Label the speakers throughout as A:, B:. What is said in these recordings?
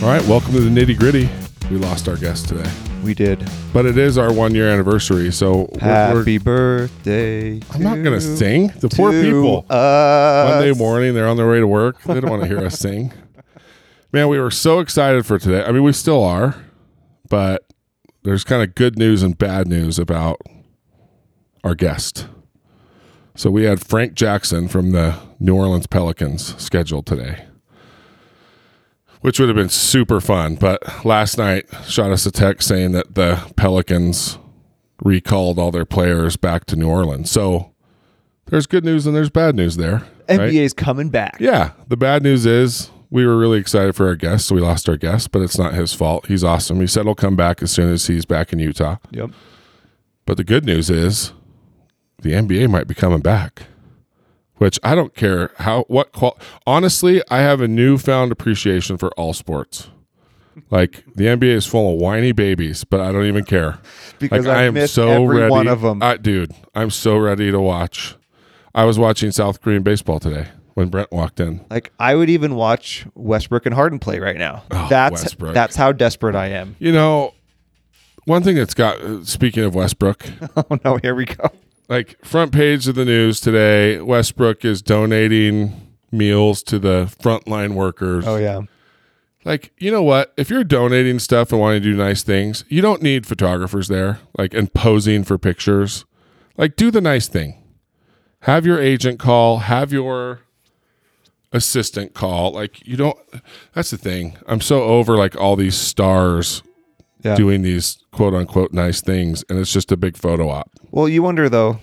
A: right, welcome to the nitty gritty. We lost our guest today,
B: We did.
A: but it is our one year anniversary, so we're- we're-
B: Happy birthday.
A: I'm not gonna
B: to-
A: sing. The poor
B: to
A: people.
B: us.
A: Monday morning, they're on their way to work. They don't want to hear us sing. Man, we were so excited for today. I mean, we still are, but there's kind of good news and bad news about our guest. So we had Frank Jackson from the New Orleans Pelicans scheduled today, which would have been super fun. But last night, shot us a text saying that the Pelicans recalled all their players back to New Orleans. So there's good news and there's bad news there. right?
B: NBA's coming back.
A: Yeah. The bad news is we were really excited for our guest, so we lost our guest, but it's not his fault. He's awesome. He said he'll come back as soon as he's back in Utah.
B: Yep.
A: But the good news is the NBA might be coming back. Which I don't care how what qual- honestly, I have a newfound appreciation for all sports. Like the NBA is full of whiny babies, but I don't even care.
B: Because
A: Like,
B: I, missed every
A: ready.
B: one of them.
A: I, dude, I'm so ready to watch. I was watching South Korean baseball today when Brent walked in.
B: like I would even watch Westbrook and Harden play right now. that's
A: Oh, Westbrook.
B: that's how desperate I am.
A: You know, one thing that's got uh, speaking of Westbrook,
B: Oh no, here we go.
A: like front page of the news today, Westbrook is donating meals to the frontline workers.
B: Oh yeah.
A: Like, you know what? If you're donating stuff and wanting to do nice things, you don't need photographers there, like and posing for pictures. Like, do the nice thing. Have your agent call, have your assistant call. Like, you don't that's the thing. I'm so over like all these stars
B: Yeah.
A: doing these quote unquote nice things and it's just a big photo op.
B: Well, you wonder though,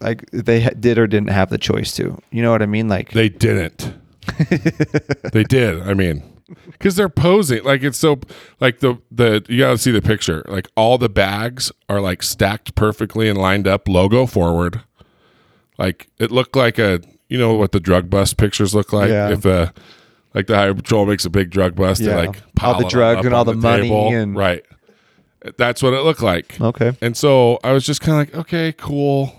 B: like they ha- did or didn't have the choice to. You know what I mean? Like
A: They didn't. they did. I mean, because they're posing like it's so like the the you gotta see the picture. Like all the bags are like stacked perfectly and lined up, logo forward. Like it looked like a you know what the drug bust pictures look like
B: Yeah.
A: if a like the highway patrol makes a big drug bust,
B: Yeah.
A: they like pile
B: All the
A: it
B: drugs
A: up
B: and
A: on
B: all the money
A: table.
B: and-
A: right. That's what it looked like.
B: okay.
A: And so I was just kind of like, okay, cool.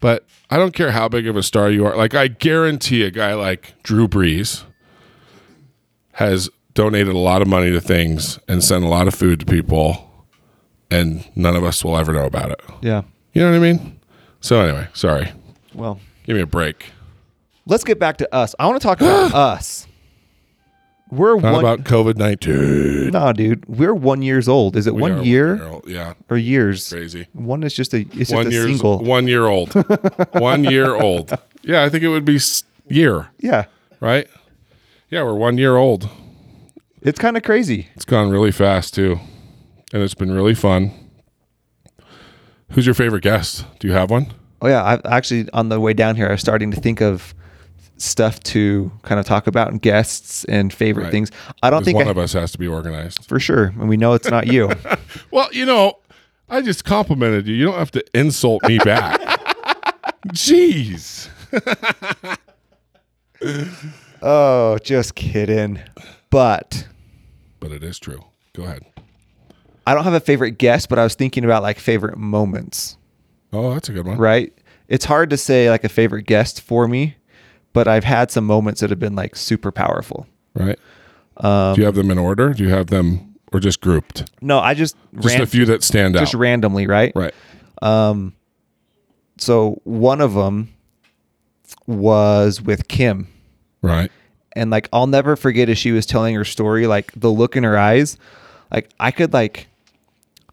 A: But I don't care how big of a star you are. Like, I guarantee a guy like Drew Brees has donated a lot of money to things and sent a lot of food to people, and none of us will ever know about it.
B: Yeah.
A: You know what I mean? So, anyway, sorry.
B: Well,
A: Give me a break.
B: let's get back to us. I want to talk about us. We're
A: Not
B: one
A: about COVID 19.
B: Nah, dude, we're one years old. Is it one year
A: Yeah,
B: or years?
A: crazy.
B: One is just a it's
A: One
B: just a
A: year,
B: single.
A: one year old. one year old. Yeah, I think it would be s- year.
B: Yeah,
A: right? Yeah, we're one year old.
B: it's kind of crazy.
A: It's gone really fast too, and it's been really fun. Who's your favorite guest? Do you have one?
B: Oh yeah, I actually on the way down here, I was starting to think of stuff to kind of talk about and guests and favorite
A: Right.
B: things. I don't
A: Because
B: think
A: one
B: I,
A: of us has to be organized.
B: for sure, and we know it's not you.
A: Well, you know, I just complimented you. You don't have to insult me back. Jeez.
B: oh, just kidding. But
A: But it is true. Go ahead.
B: I don't have a favorite guest, but I was thinking about like favorite moments.
A: Oh, that's a good one.
B: right? It's hard to say like a favorite guest for me, but I've had some moments that have been like super powerful.
A: Right.
B: Um,
A: Do you have them in order? Do you have them or just grouped?
B: No, I just
A: Just
B: ran-
A: a few that stand
B: just
A: out.
B: randomly, right?
A: right.
B: So one of them was with Kim,
A: Right.
B: and like I'll never forget as she was telling her story, like the look in her eyes, like I could like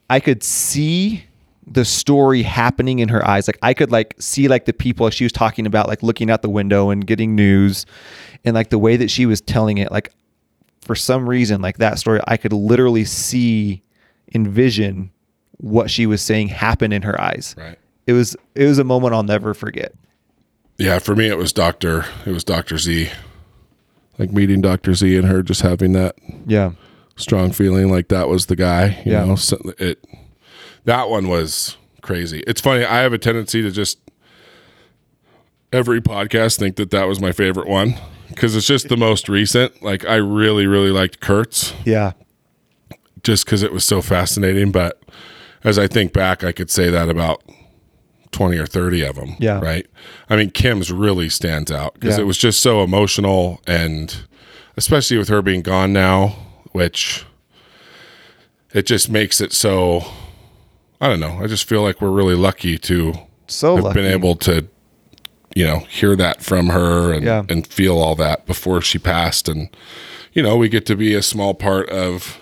B: I could see the story happening in her eyes. Like I could like see like the people she was talking about, like looking out the window and getting news, and like the way that she was telling it, like for some reason, like that story, I could literally see, envision what she was saying happen in her eyes.
A: Right.
B: It was it was a moment I'll never forget.
A: Yeah, for me it was Doctor. It was Doctor Z. Like meeting Doctor Z and her just having that
B: Yeah.
A: strong feeling like that was the guy. You
B: Yeah.
A: know, so it that one was crazy. It's funny. I have a tendency to just every podcast think that that was my favorite one because it's just the most recent. Like I really, really liked Kurtz
B: Yeah.
A: just because it was so fascinating. But as I think back, I could say that about 20 or 30 of them.
B: Yeah.
A: Right. I mean, Kim's really stands out because
B: Yeah.
A: it was just so emotional. And especially with her being gone now, which it just makes it so I don't know. I just feel like we're really lucky to
B: So
A: have
B: Oh, lucky.
A: been able to you know hear that from her and
B: Yeah.
A: and feel all that before she passed and you know we get to be a small part of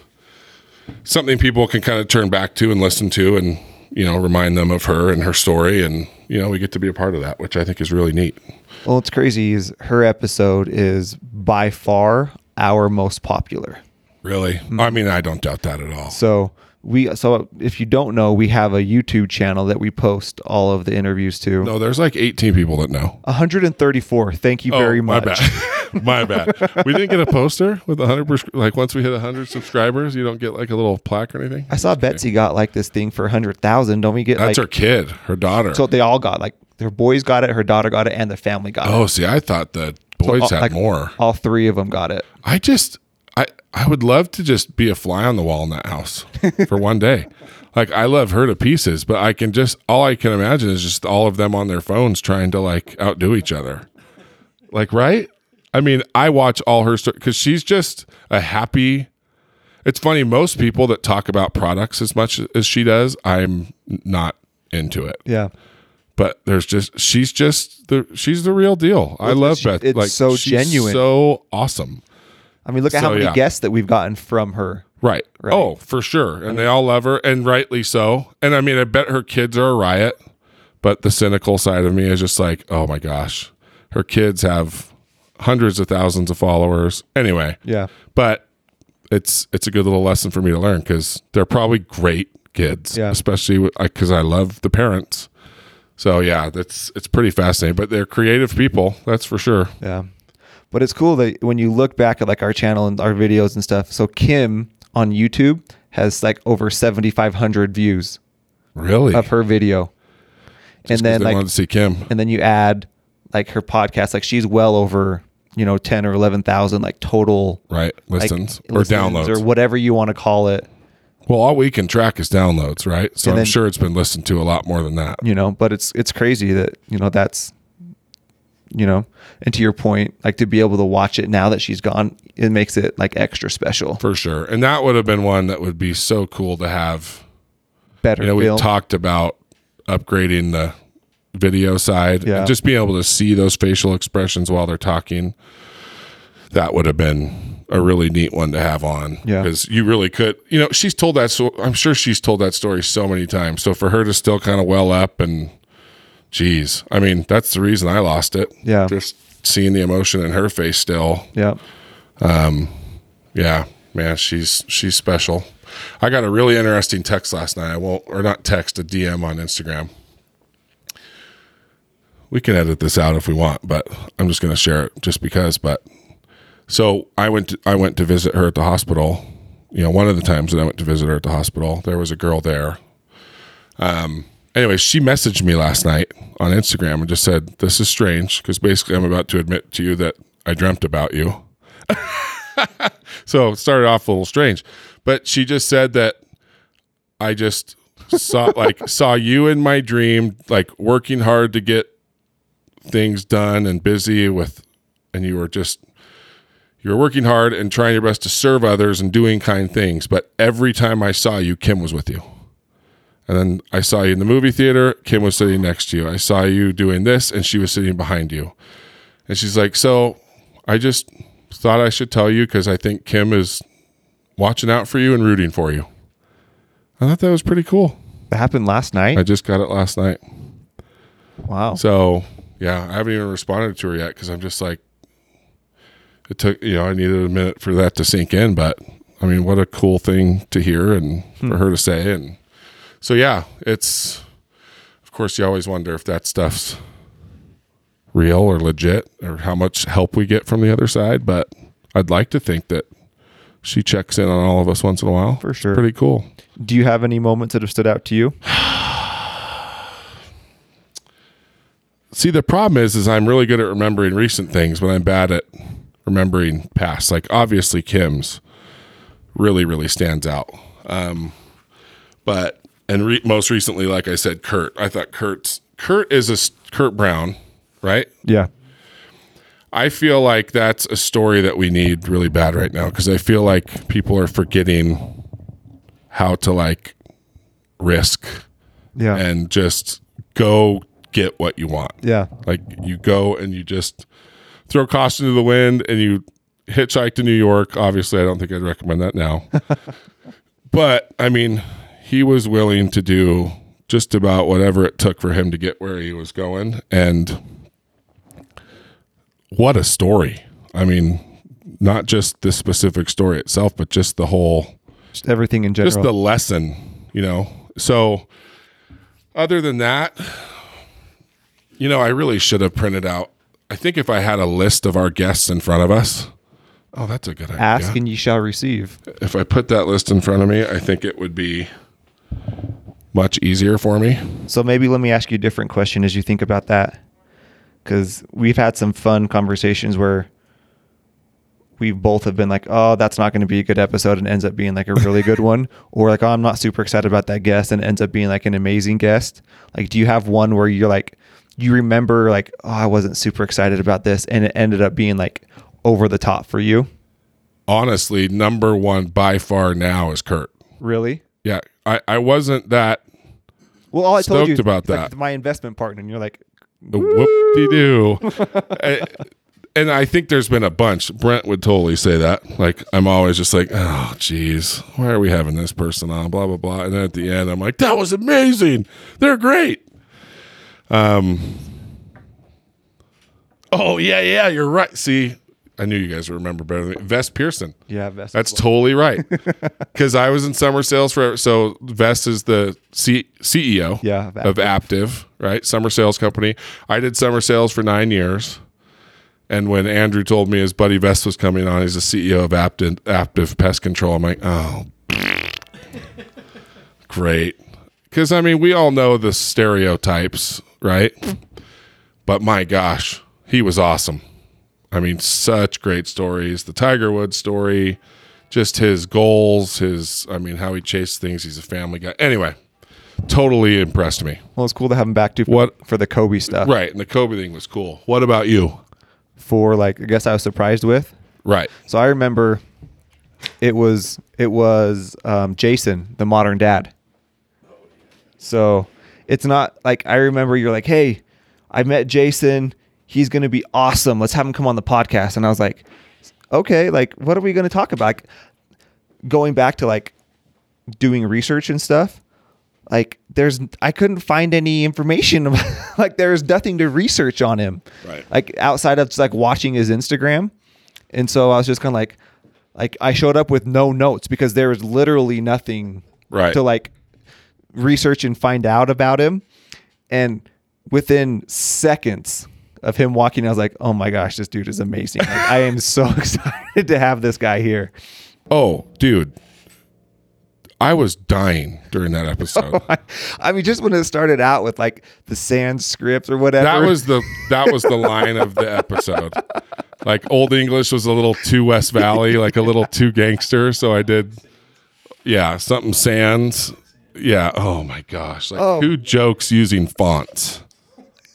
A: something people can kind of turn back to and listen to and you know remind them of her and her story and you know we get to be a part of that which i think is really neat
B: Well, what's crazy is her episode is by far our most popular.
A: really Hmm. i mean i don't doubt that at all
B: So we so if you don't know, we have a YouTube channel that we post all of the interviews to.
A: no there's like 18 people that know
B: 134. Thank you very much.
A: Oh, my bad my bad we didn't get a poster with 100 pers- like once we hit 100 subscribers you don't get like a little plaque or anything
B: I saw Betsy got like this thing for 100,000. Don't we get
A: that's
B: like
A: her kid her daughter
B: so they all got like their boys got it, her daughter got it and the family got it.
A: Oh, see, I thought the boys
B: all,
A: had
B: like-
A: more.
B: All three of them got it.
A: I just, I, I would love to just be a fly on the wall in that house for one day. Like, I love her to pieces, but I can just, all I can imagine is just all of them on their phones trying to like outdo each other. Like, right? I mean, I watch all her stuff because she's just a happy. It's funny, most people that talk about products as much as she does, I'm not into it.
B: Yeah.
A: but there's just she's just the she's the real deal. I love
B: she-
A: Beth.
B: it's so
A: she's
B: genuine.
A: so awesome.
B: I mean, look at how
A: So,
B: many
A: yeah.
B: guests that we've gotten from her.
A: Right. Oh, for sure. And they all love her, and rightly so. And I mean, I bet her kids are a riot. But the cynical side of me is just like, oh my gosh, her kids have hundreds of thousands of followers. Anyway,
B: Yeah.
A: but it's it's a good little lesson for me to learn because they're probably great kids,
B: Yeah.
A: especially because I love the parents. So yeah, that's it's pretty fascinating. But they're creative people, that's for sure.
B: Yeah. But it's cool that when you look back at like our channel and our videos and stuff. So Kim on YouTube has like over 7,500 views
A: Really,
B: of her video. and then
A: they
B: like,
A: wanted to see Kim.
B: and then you add like her podcast, like she's well over, you know, 10 or 11,000 like total
A: Right,
B: like,
A: listens or
B: listens
A: downloads.
B: or whatever you want to call it,
A: well, all we can track is downloads, right? So
B: And
A: I'm
B: then-
A: sure it's been listened to a lot more than that.
B: you know, but it's, it's crazy that, you know, that's, you know, and to your point, like to be able to watch it now that she's gone, it makes it like extra special,
A: For sure. And that would have been one that would be so cool to have
B: better.
A: you know,
B: feel.
A: we talked about upgrading the video side
B: Yeah.
A: and just being able to see those facial expressions while they're talking. That would have been a really neat one to have on
B: Yeah.
A: because you really could, you know, she's told that. So I'm sure she's told that story so many times. So for her to still kind of well up and geez, I mean, that's the reason I lost it.
B: Yeah.
A: Just seeing the emotion in her face still
B: yeah.
A: yeah, man, she's she's special. I got a really interesting text last night. I won't or not text a DM on Instagram. We can edit this out if we want, but I'm just going to share it just because. But so I went to, I went to visit her at the hospital. You know, one of the times that I went to visit her at the hospital, there was a girl there. Um. Anyway, she messaged me last night on Instagram and just said, "This is strange because basically I'm about to admit to you that I dreamt about you." so it started off a little strange but she just said that i just saw like saw you in my dream like working hard to get things done and busy with and you were just you were working hard and trying your best to serve others and doing kind things but every time i saw you kim was with you and then I saw you in the movie theater. Kim was sitting next to you. I saw you doing this, and she was sitting behind you. And she's like, So I just thought I should tell you because I think Kim is watching out for you and rooting for you. I thought that was pretty cool.
B: That happened last night.
A: I just got it last night.
B: wow.
A: So, yeah, I haven't even responded to her yet because I'm just like, it took, you know, I needed a minute for that to sink in. But I mean, what a cool thing to hear and
B: Hmm.
A: for her to say. And so, yeah, it's, of course, you always wonder if that stuff's real or legit or how much help we get from the other side. But I'd like to think that she checks in on all of us once in a while.
B: For sure.
A: Pretty cool.
B: Do you have any moments that have stood out to you?
A: See, the problem is, is I'm really good at remembering recent things, but I'm bad at remembering past. Like obviously, Kim's really, really stands out. Um, but and re- most recently, like I said, Kurt. I thought Kurt's Kurt is a s- Kurt Brown, right?
B: Yeah.
A: I feel like that's a story that we need really bad right now because I feel like people are forgetting how to like risk
B: Yeah.
A: and just go get what you want.
B: yeah.
A: Like you go and you just throw caution to the wind and you hitchhike to New York. Obviously, I don't think I'd recommend that now. but I mean, he was willing to do just about whatever it took for him to get where he was going. And what a story. I mean, not just this specific story itself, but just the whole
B: Just everything in general.
A: just the lesson, you know. So, other than that, you know, I really should have printed out. I think if I had a list of our guests in front of us, oh, that's a good idea.
B: Ask and ye shall receive.
A: If I put that list in front of me, I think it would be much easier for me.
B: So maybe let me ask you a different question as you think about that. Because we've had some fun conversations where we both have been like, oh, that's not going to be a good episode and ends up being like a really good one. Or like, oh, I'm not super excited about that guest and ends up being like an amazing guest. Like, do you have one where you're like, you remember like, oh, I wasn't super excited about this and it ended up being like over the top for you?
A: Honestly, number one by far now is Kurt.
B: Really?
A: Yeah, I, I wasn't that
B: Well, all I told you
A: Stoked about
B: like,
A: that.
B: my investment partner, and you're like,
A: whoop de doo. And I think there's been a bunch. Brent would totally say that. Like, I'm always just like, oh, geez, why are we having this person on? Blah, blah, blah. And then at the end, I'm like, that was amazing. They're great. Um, oh, yeah, yeah, you're right. See, I knew you guys would remember better than me. Vess Pearson.
B: yeah, investment
A: That's totally right. Because I was in summer sales forever. So Vest is the C- E CEO
B: Yeah,
A: of,
B: of
A: Aptiv. right? Summer sales company. I did summer sales for nine years. And when Andrew told me his buddy Vest was coming on, he's the CEO of Aptiv, Aptiv Pest Control. I'm like, oh, great. Because, I mean, we all know the stereotypes, right? But my gosh, he was awesome. I mean, such great stories. The Tiger Woods story, just his goals, his, I mean, how he chased things. He's a family guy. Anyway, totally impressed me.
B: Well, it's cool to have him back too. For,
A: What-
B: for the Kobe stuff?
A: Right. And the Kobe thing was cool. What about you?
B: For like, I guess I was surprised with.
A: Right.
B: So I remember, it was it was um, Jason, the modern dad. So it's not like I remember you're like, hey, I met Jason. He's gonna be awesome. Let's have him come on the podcast. And I was like, okay, like what are we gonna talk about? Like, going back to like doing research and stuff like there's i couldn't find any information about, like there's nothing to research on him
A: Right.
B: like outside of just like watching his instagram and so i was just kind of like like i showed up with no notes because there was literally nothing
A: Right.
B: to like research and find out about him and within seconds of him walking i was like oh my gosh this dude is amazing like, i am so excited to have this guy here
A: Oh, dude. I was dying during that episode.
B: I mean, just when it started out with like the sans script or whatever.
A: That was the that was the line of the episode. Like old English was a little too West Valley, like a little too gangster. So I did, yeah, something Sands. Yeah. Oh my gosh. Like
B: Oh.
A: who jokes using fonts?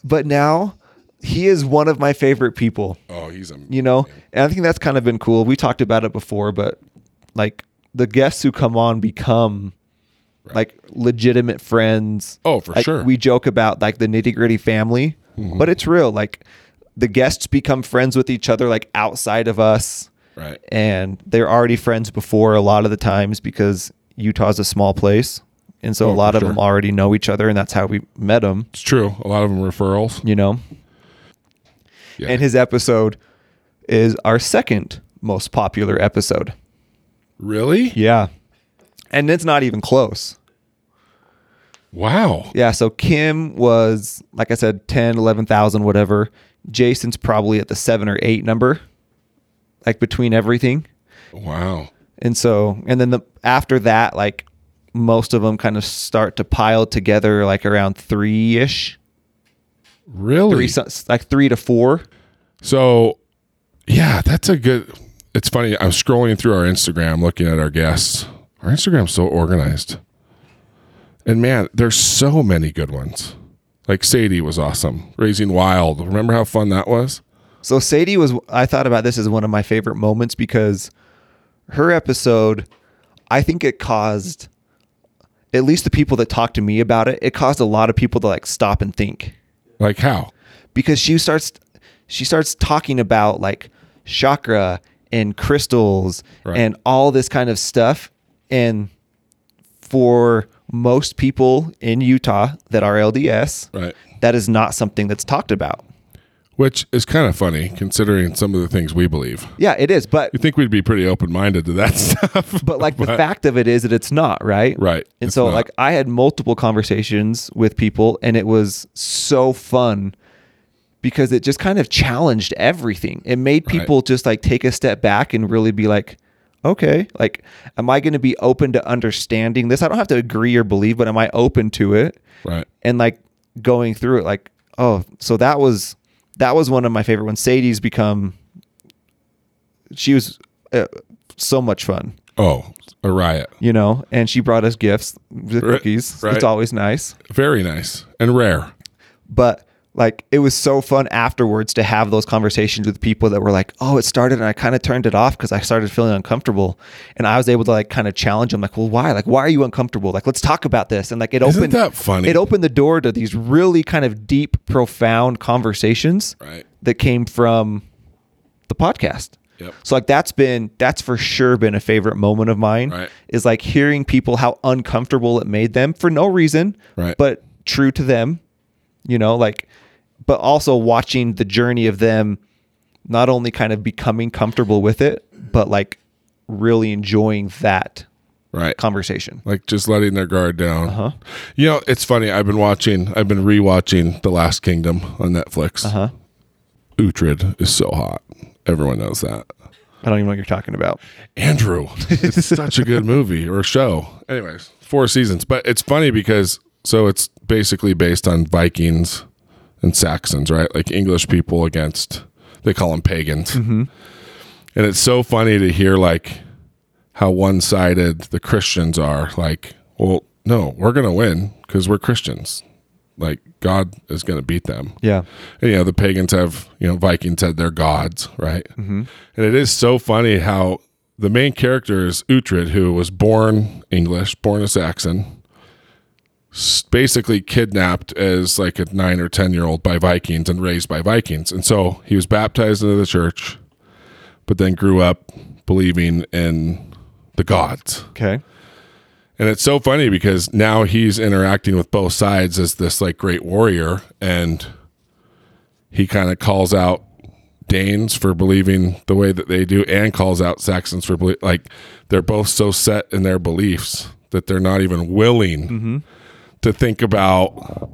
B: But now he is one of my favorite people,
A: Oh, he's a
B: you know? And I think that's kind of been cool. We talked about it before, but like the guests who come on become like legitimate friends.
A: Oh, for
B: Like,
A: sure. Mm-hmm.
B: We joke about like the nitty gritty family, but it's real. Like the guests become friends with each other, like outside of us.
A: right.
B: and they're already friends before a lot of the times because Utah's a small place, and so
A: Oh,
B: a lot
A: for
B: of them
A: sure.
B: already know each other, and that's how we met them,
A: It's true. A lot of them referrals.
B: you know.
A: Yeah.
B: And his episode is our second most popular episode.
A: Really?
B: Yeah, and it's not even close.
A: Wow.
B: Yeah, so Kim was like I said 10, 11,000 whatever. Jason's probably at the 7 or 8 number like between everything.
A: Wow.
B: And so, and then the after that, like most of them kind of start to pile together, like around three ish,
A: Really?
B: three so- like three to four.
A: So, yeah, that's a good. It's funny. I'm scrolling through our Instagram, looking at our guests. Our Instagram's so organized, and man, there's so many good ones. Like Sadie was awesome. Raising Wild. Remember how fun that was?
B: So Sadie was I thought about this as one of my favorite moments because her episode I think it caused at least the people that talked to me about it, it caused a lot of people to like stop and think
A: Like how?
B: because she starts she starts talking about like chakra and crystals
A: Right.
B: and all this kind of stuff and for most people in Utah that are LDS
A: Right.
B: that is not something that's talked about.
A: Which is kind of funny considering some of the things we believe.
B: Yeah, it is, but
A: You think we'd be pretty open minded to that stuff.
B: but like the fact of it is that it's not, right?
A: Right,
B: And
A: it's
B: so
A: not.
B: like I had multiple conversations with people and it was so fun because it just kind of challenged everything. It made people just like take a step back and really be like, okay, like am I going to be open to understanding this? I don't have to agree or believe, but am I open to it?
A: right.
B: and like going through it like oh so that was that was one of my favorite ones sadie's become she was uh, so much fun
A: Oh, a riot.
B: you know and she brought us gifts the
A: Right,
B: cookies
A: right.
B: it's always nice
A: Very nice and rare.
B: but like it was so fun afterwards to have those conversations with people that were like oh it started and i kind of turned it off because i started feeling uncomfortable and i was able to like kind of challenge them like well why like why are you uncomfortable like let's talk about this and like it
A: Isn't
B: opened
A: that funny?
B: it opened the door to these really kind of deep profound conversations
A: Right.
B: that came from the podcast
A: Yep.
B: so like that's been that's for sure been a favorite moment of mine
A: Right.
B: is like hearing people how uncomfortable it made them for no reason,
A: Right.
B: but true to them, you know, like but also watching the journey of them not only kind of becoming comfortable with it, but like really enjoying that
A: Right.
B: conversation.
A: like just letting their guard down. You know, it's funny. I've been watching. I've been rewatching The Last Kingdom on Netflix.
B: Huh?
A: Uhtred is so hot. Everyone knows that.
B: I don't even know what you're talking about.
A: Andrew, it's such a good movie or show. Anyways, four seasons. But it's funny because so it's basically based on Vikings and Saxons, right? Like English people against they call them pagans. And it's so funny to hear like how one-sided the Christians are. Like, well, no, we're gonna win because we're Christians. Like God is gonna beat them.
B: Yeah.
A: And, you know the pagans have you know vikings had their gods right and it is so funny how the main character is Uhtred, who was born english born a saxon s- basically kidnapped as like a nine or ten year old by vikings and raised by vikings and so he was baptized into the church but then grew up believing in the gods
B: Okay.
A: and it's so funny because now he's interacting with both sides as this like great warrior and he kind of calls out Danes for believing the way that they do and calls out Saxons for belie- like they're both so set in their beliefs that they're not even willing to think about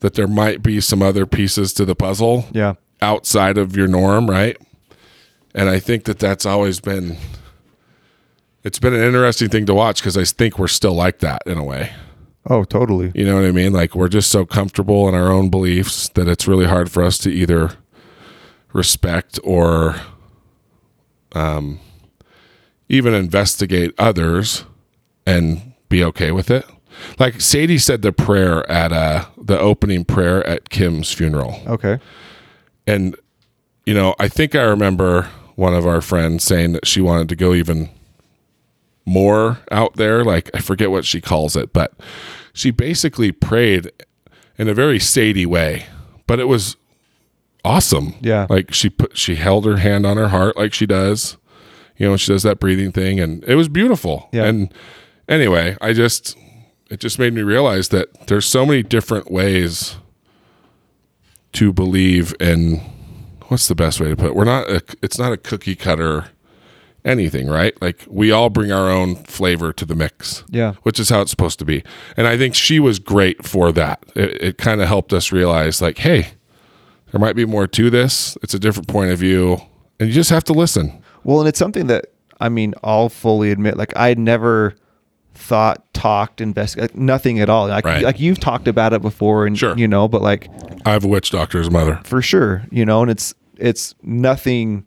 A: that there might be some other pieces to the puzzle
B: Yeah.
A: outside of your norm, right? And I think that that's always been it's been an interesting thing to watch because I think we're still like that in a way.
B: Oh, totally.
A: You know what I mean? Like we're just so comfortable in our own beliefs that it's really hard for us to either respect or um, even investigate others and be okay with it. Like Sadie said the prayer at uh, the opening prayer at Kim's funeral
B: Okay.
A: and you know i think i remember one of our friends saying that she wanted to go even more out there like i forget what she calls it but she basically prayed in a very sadie way but it was awesome
B: Yeah.
A: like she put she held her hand on her heart like she does you know she does that breathing thing and it was beautiful
B: Yeah.
A: and anyway i just it just made me realize that there's so many different ways to believe in what's the best way to put it? We're not a, it's not a cookie cutter anything, right? Like we all bring our own flavor to the mix.
B: Yeah.
A: Which is how it's supposed to be. And I think she was great for that. It, it kind of helped us realize like, hey, there might be more to this. It's a different point of view. And you just have to listen.
B: Well, and it's something that I mean, I'll fully admit, like I had never thought, talked, investigated, like, nothing at all. Like,
A: Right.
B: like you've talked about it before, and
A: Sure.
B: you know, but like
A: I have a witch doctor's mother.
B: for sure, you know, and it's it's nothing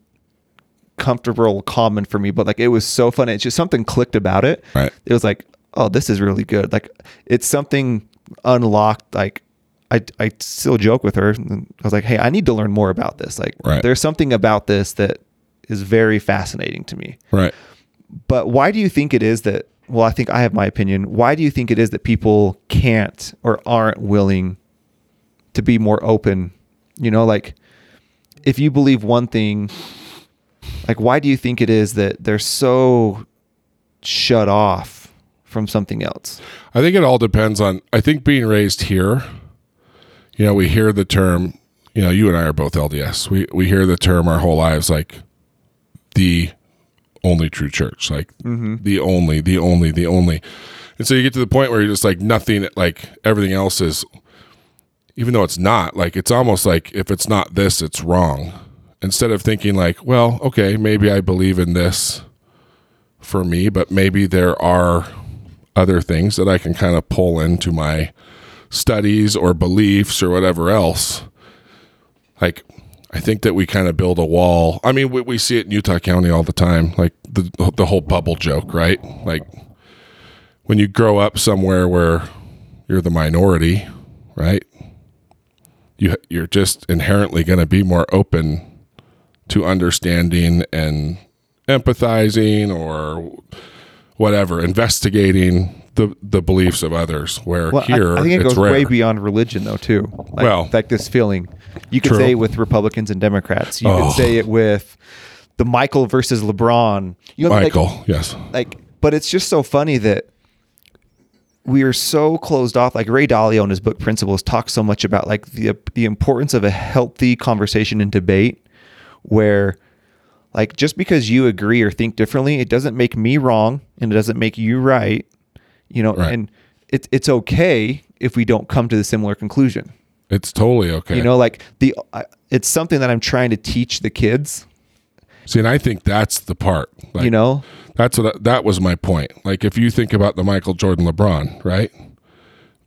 B: comfortable, common for me, but like it was so fun. It's just something clicked about it.
A: Right.
B: It was like, oh, this is really good. Like it's something unlocked. Like I I, I still joke with her. And I was like, hey, I need to learn more about this. Like,
A: Right.
B: there's something about this that is very fascinating to me.
A: Right.
B: But why do you think it is that? Well, I think I have my opinion. Why do you think it is that people can't or aren't willing to be more open? You know, like if you believe one thing, like why do you think it is that they're so shut off from something else?
A: I think it all depends on. I think being raised here, you know, we hear the term. You know, you and I are both LDS. We we hear the term our whole lives, like the only true church, like the only, the only, the only. And so you get to the point where you're just like nothing, like everything else is, even though it's not. Like it's almost like if it's not this, it's wrong. Instead of thinking like, well, okay, maybe I believe in this for me, but maybe there are other things that I can kind of pull into my studies or beliefs or whatever else. Like, I think that we kind of build a wall. I mean, we, we see it in Utah County all the time, like the the whole bubble joke, right? Like when you grow up somewhere where you're the minority, right? You you're just inherently going to be more open to understanding and empathizing or whatever, investigating the the beliefs of others. Where
B: Well, I-
A: here
B: I, think it
A: it's
B: goes
A: rare.
B: way beyond religion, though, too. Like,
A: Well-
B: like this feeling, you could
A: True.
B: say it with Republicans and Democrats. You
A: Oh.
B: could say it with the Michael versus LeBron. You know, like-
A: Michael, yes,
B: like but it's just so funny that we are so closed off like ray dalio in his book principles talks so much about like the the importance of a healthy conversation and debate where like just because you agree or think differently it doesn't make me wrong and it doesn't make you right you know
A: Right.
B: and it, it's okay if we don't come to the similar conclusion
A: it's totally okay.
B: you know like the I, it's something that i'm trying to teach the kids
A: See, and I think that's the part. Like,
B: you know
A: that's what I- that was my point. Like, if you think about the Michael Jordan, LeBron, right?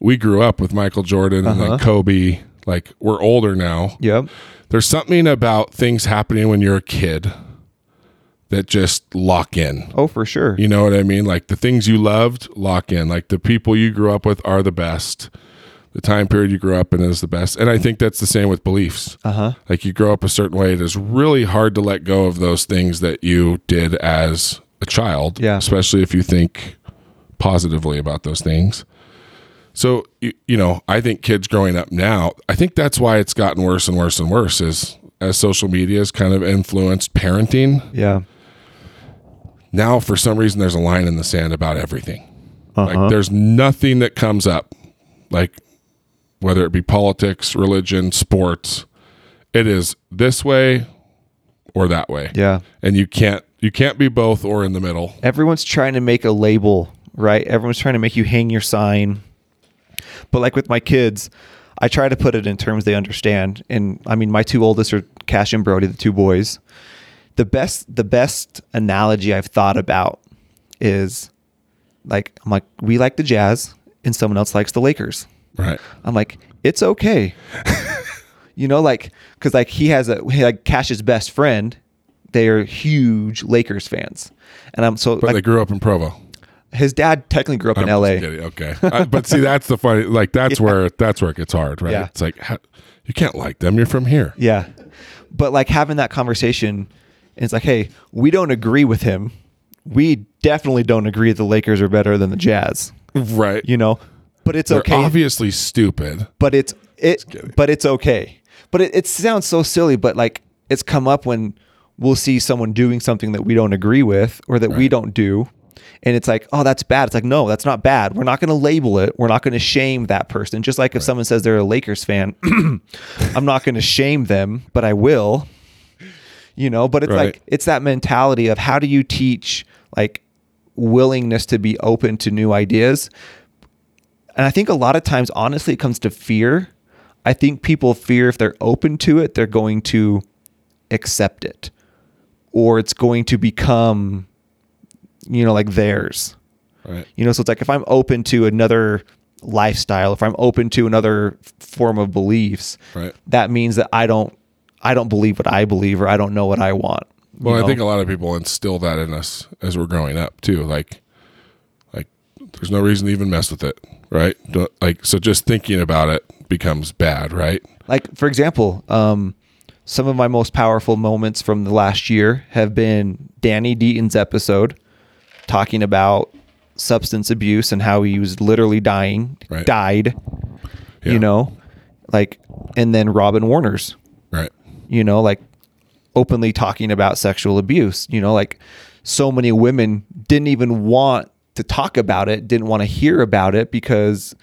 A: We grew up with Michael Jordan and
B: Uh-huh.
A: then Kobe. Like, we're older now.
B: yep
A: There's something about things happening when you're a kid that just lock in.
B: oh for sure
A: You know what I mean? Like the things you loved, lock in. Like the people you grew up with are the best. The time period you grew up in is the best. And I think that's the same with beliefs.
B: uh-huh
A: Like you grow up a certain way, it is really hard to let go of those things that you did as a child.
B: Yeah.
A: Especially if you think positively about those things. So you, you know, I think kids growing up now, I think that's why it's gotten worse and worse and worse is as social media has kind of influenced parenting
B: yeah
A: now for some reason there's a line in the sand about everything.
B: Uh-huh.
A: Like there's nothing that comes up, like whether it be politics, religion, sports. It is this way or that way,
B: yeah
A: and you can't you can't be both or in the middle.
B: everyone's trying to make a label, right? Everyone's trying to make you hang your sign. But like with my kids, I try to put it in terms they understand. And I mean, my two oldest are Cash and Brody, the two boys. The best, the best analogy I've thought about is like I'm like we like the Jazz and someone else likes the Lakers.
A: Right.
B: I'm like, it's okay. you know, like, cause like he has a, he, like Cash's best friend, they are huge Lakers fans. And I'm so,
A: But
B: like,
A: they grew up in Provo.
B: his dad technically grew up in
A: I'm
B: LA.
A: just kidding. Okay. Uh, but see, that's the funny. Like that's where that's where it gets hard, right?
B: Yeah.
A: It's like how, you can't like them. You're from here.
B: Yeah. But like having that conversation, and it's like, hey, we don't agree with him. We definitely don't agree that the Lakers are better than the Jazz,
A: Right.
B: you know? But it's
A: They're
B: okay.
A: obviously stupid.
B: but it's it but it's okay but it, it sounds so silly but like it's come up when we'll see someone doing something that we don't agree with or that we don't do and it's like oh that's bad it's like no that's not bad we're not going to label it we're not going to shame that person just like if someone says they're a lakers fan i'm not going to shame them but i will you know but it's
A: Right.
B: like it's that mentality of how do you teach like willingness to be open to new ideas and I think a lot of times, honestly, it comes to fear. I think people fear if they're open to it, they're going to accept it or it's going to become, you know, like theirs.
A: Right.
B: You know, so it's like if I'm open to another lifestyle, if I'm open to another f- form of beliefs,
A: Right.
B: that means that I don't I don't believe what I believe or I don't know what I want. you
A: Well,
B: know?
A: I think a lot of people instill that in us as we're growing up too. Like, like there's no reason to even mess with it, right? Don't, like, so just thinking about it becomes bad, right?
B: Like for example, um, some of my most powerful moments from the last year have been Danny Deaton's episode talking about substance abuse and how he was literally dying,
A: Right.
B: died,
A: Yeah.
B: you know, like, and then Robin Warner's,
A: Right.
B: you know, like openly talking about sexual abuse, you know, like so many women didn't even want to talk about it, didn't want to hear about it because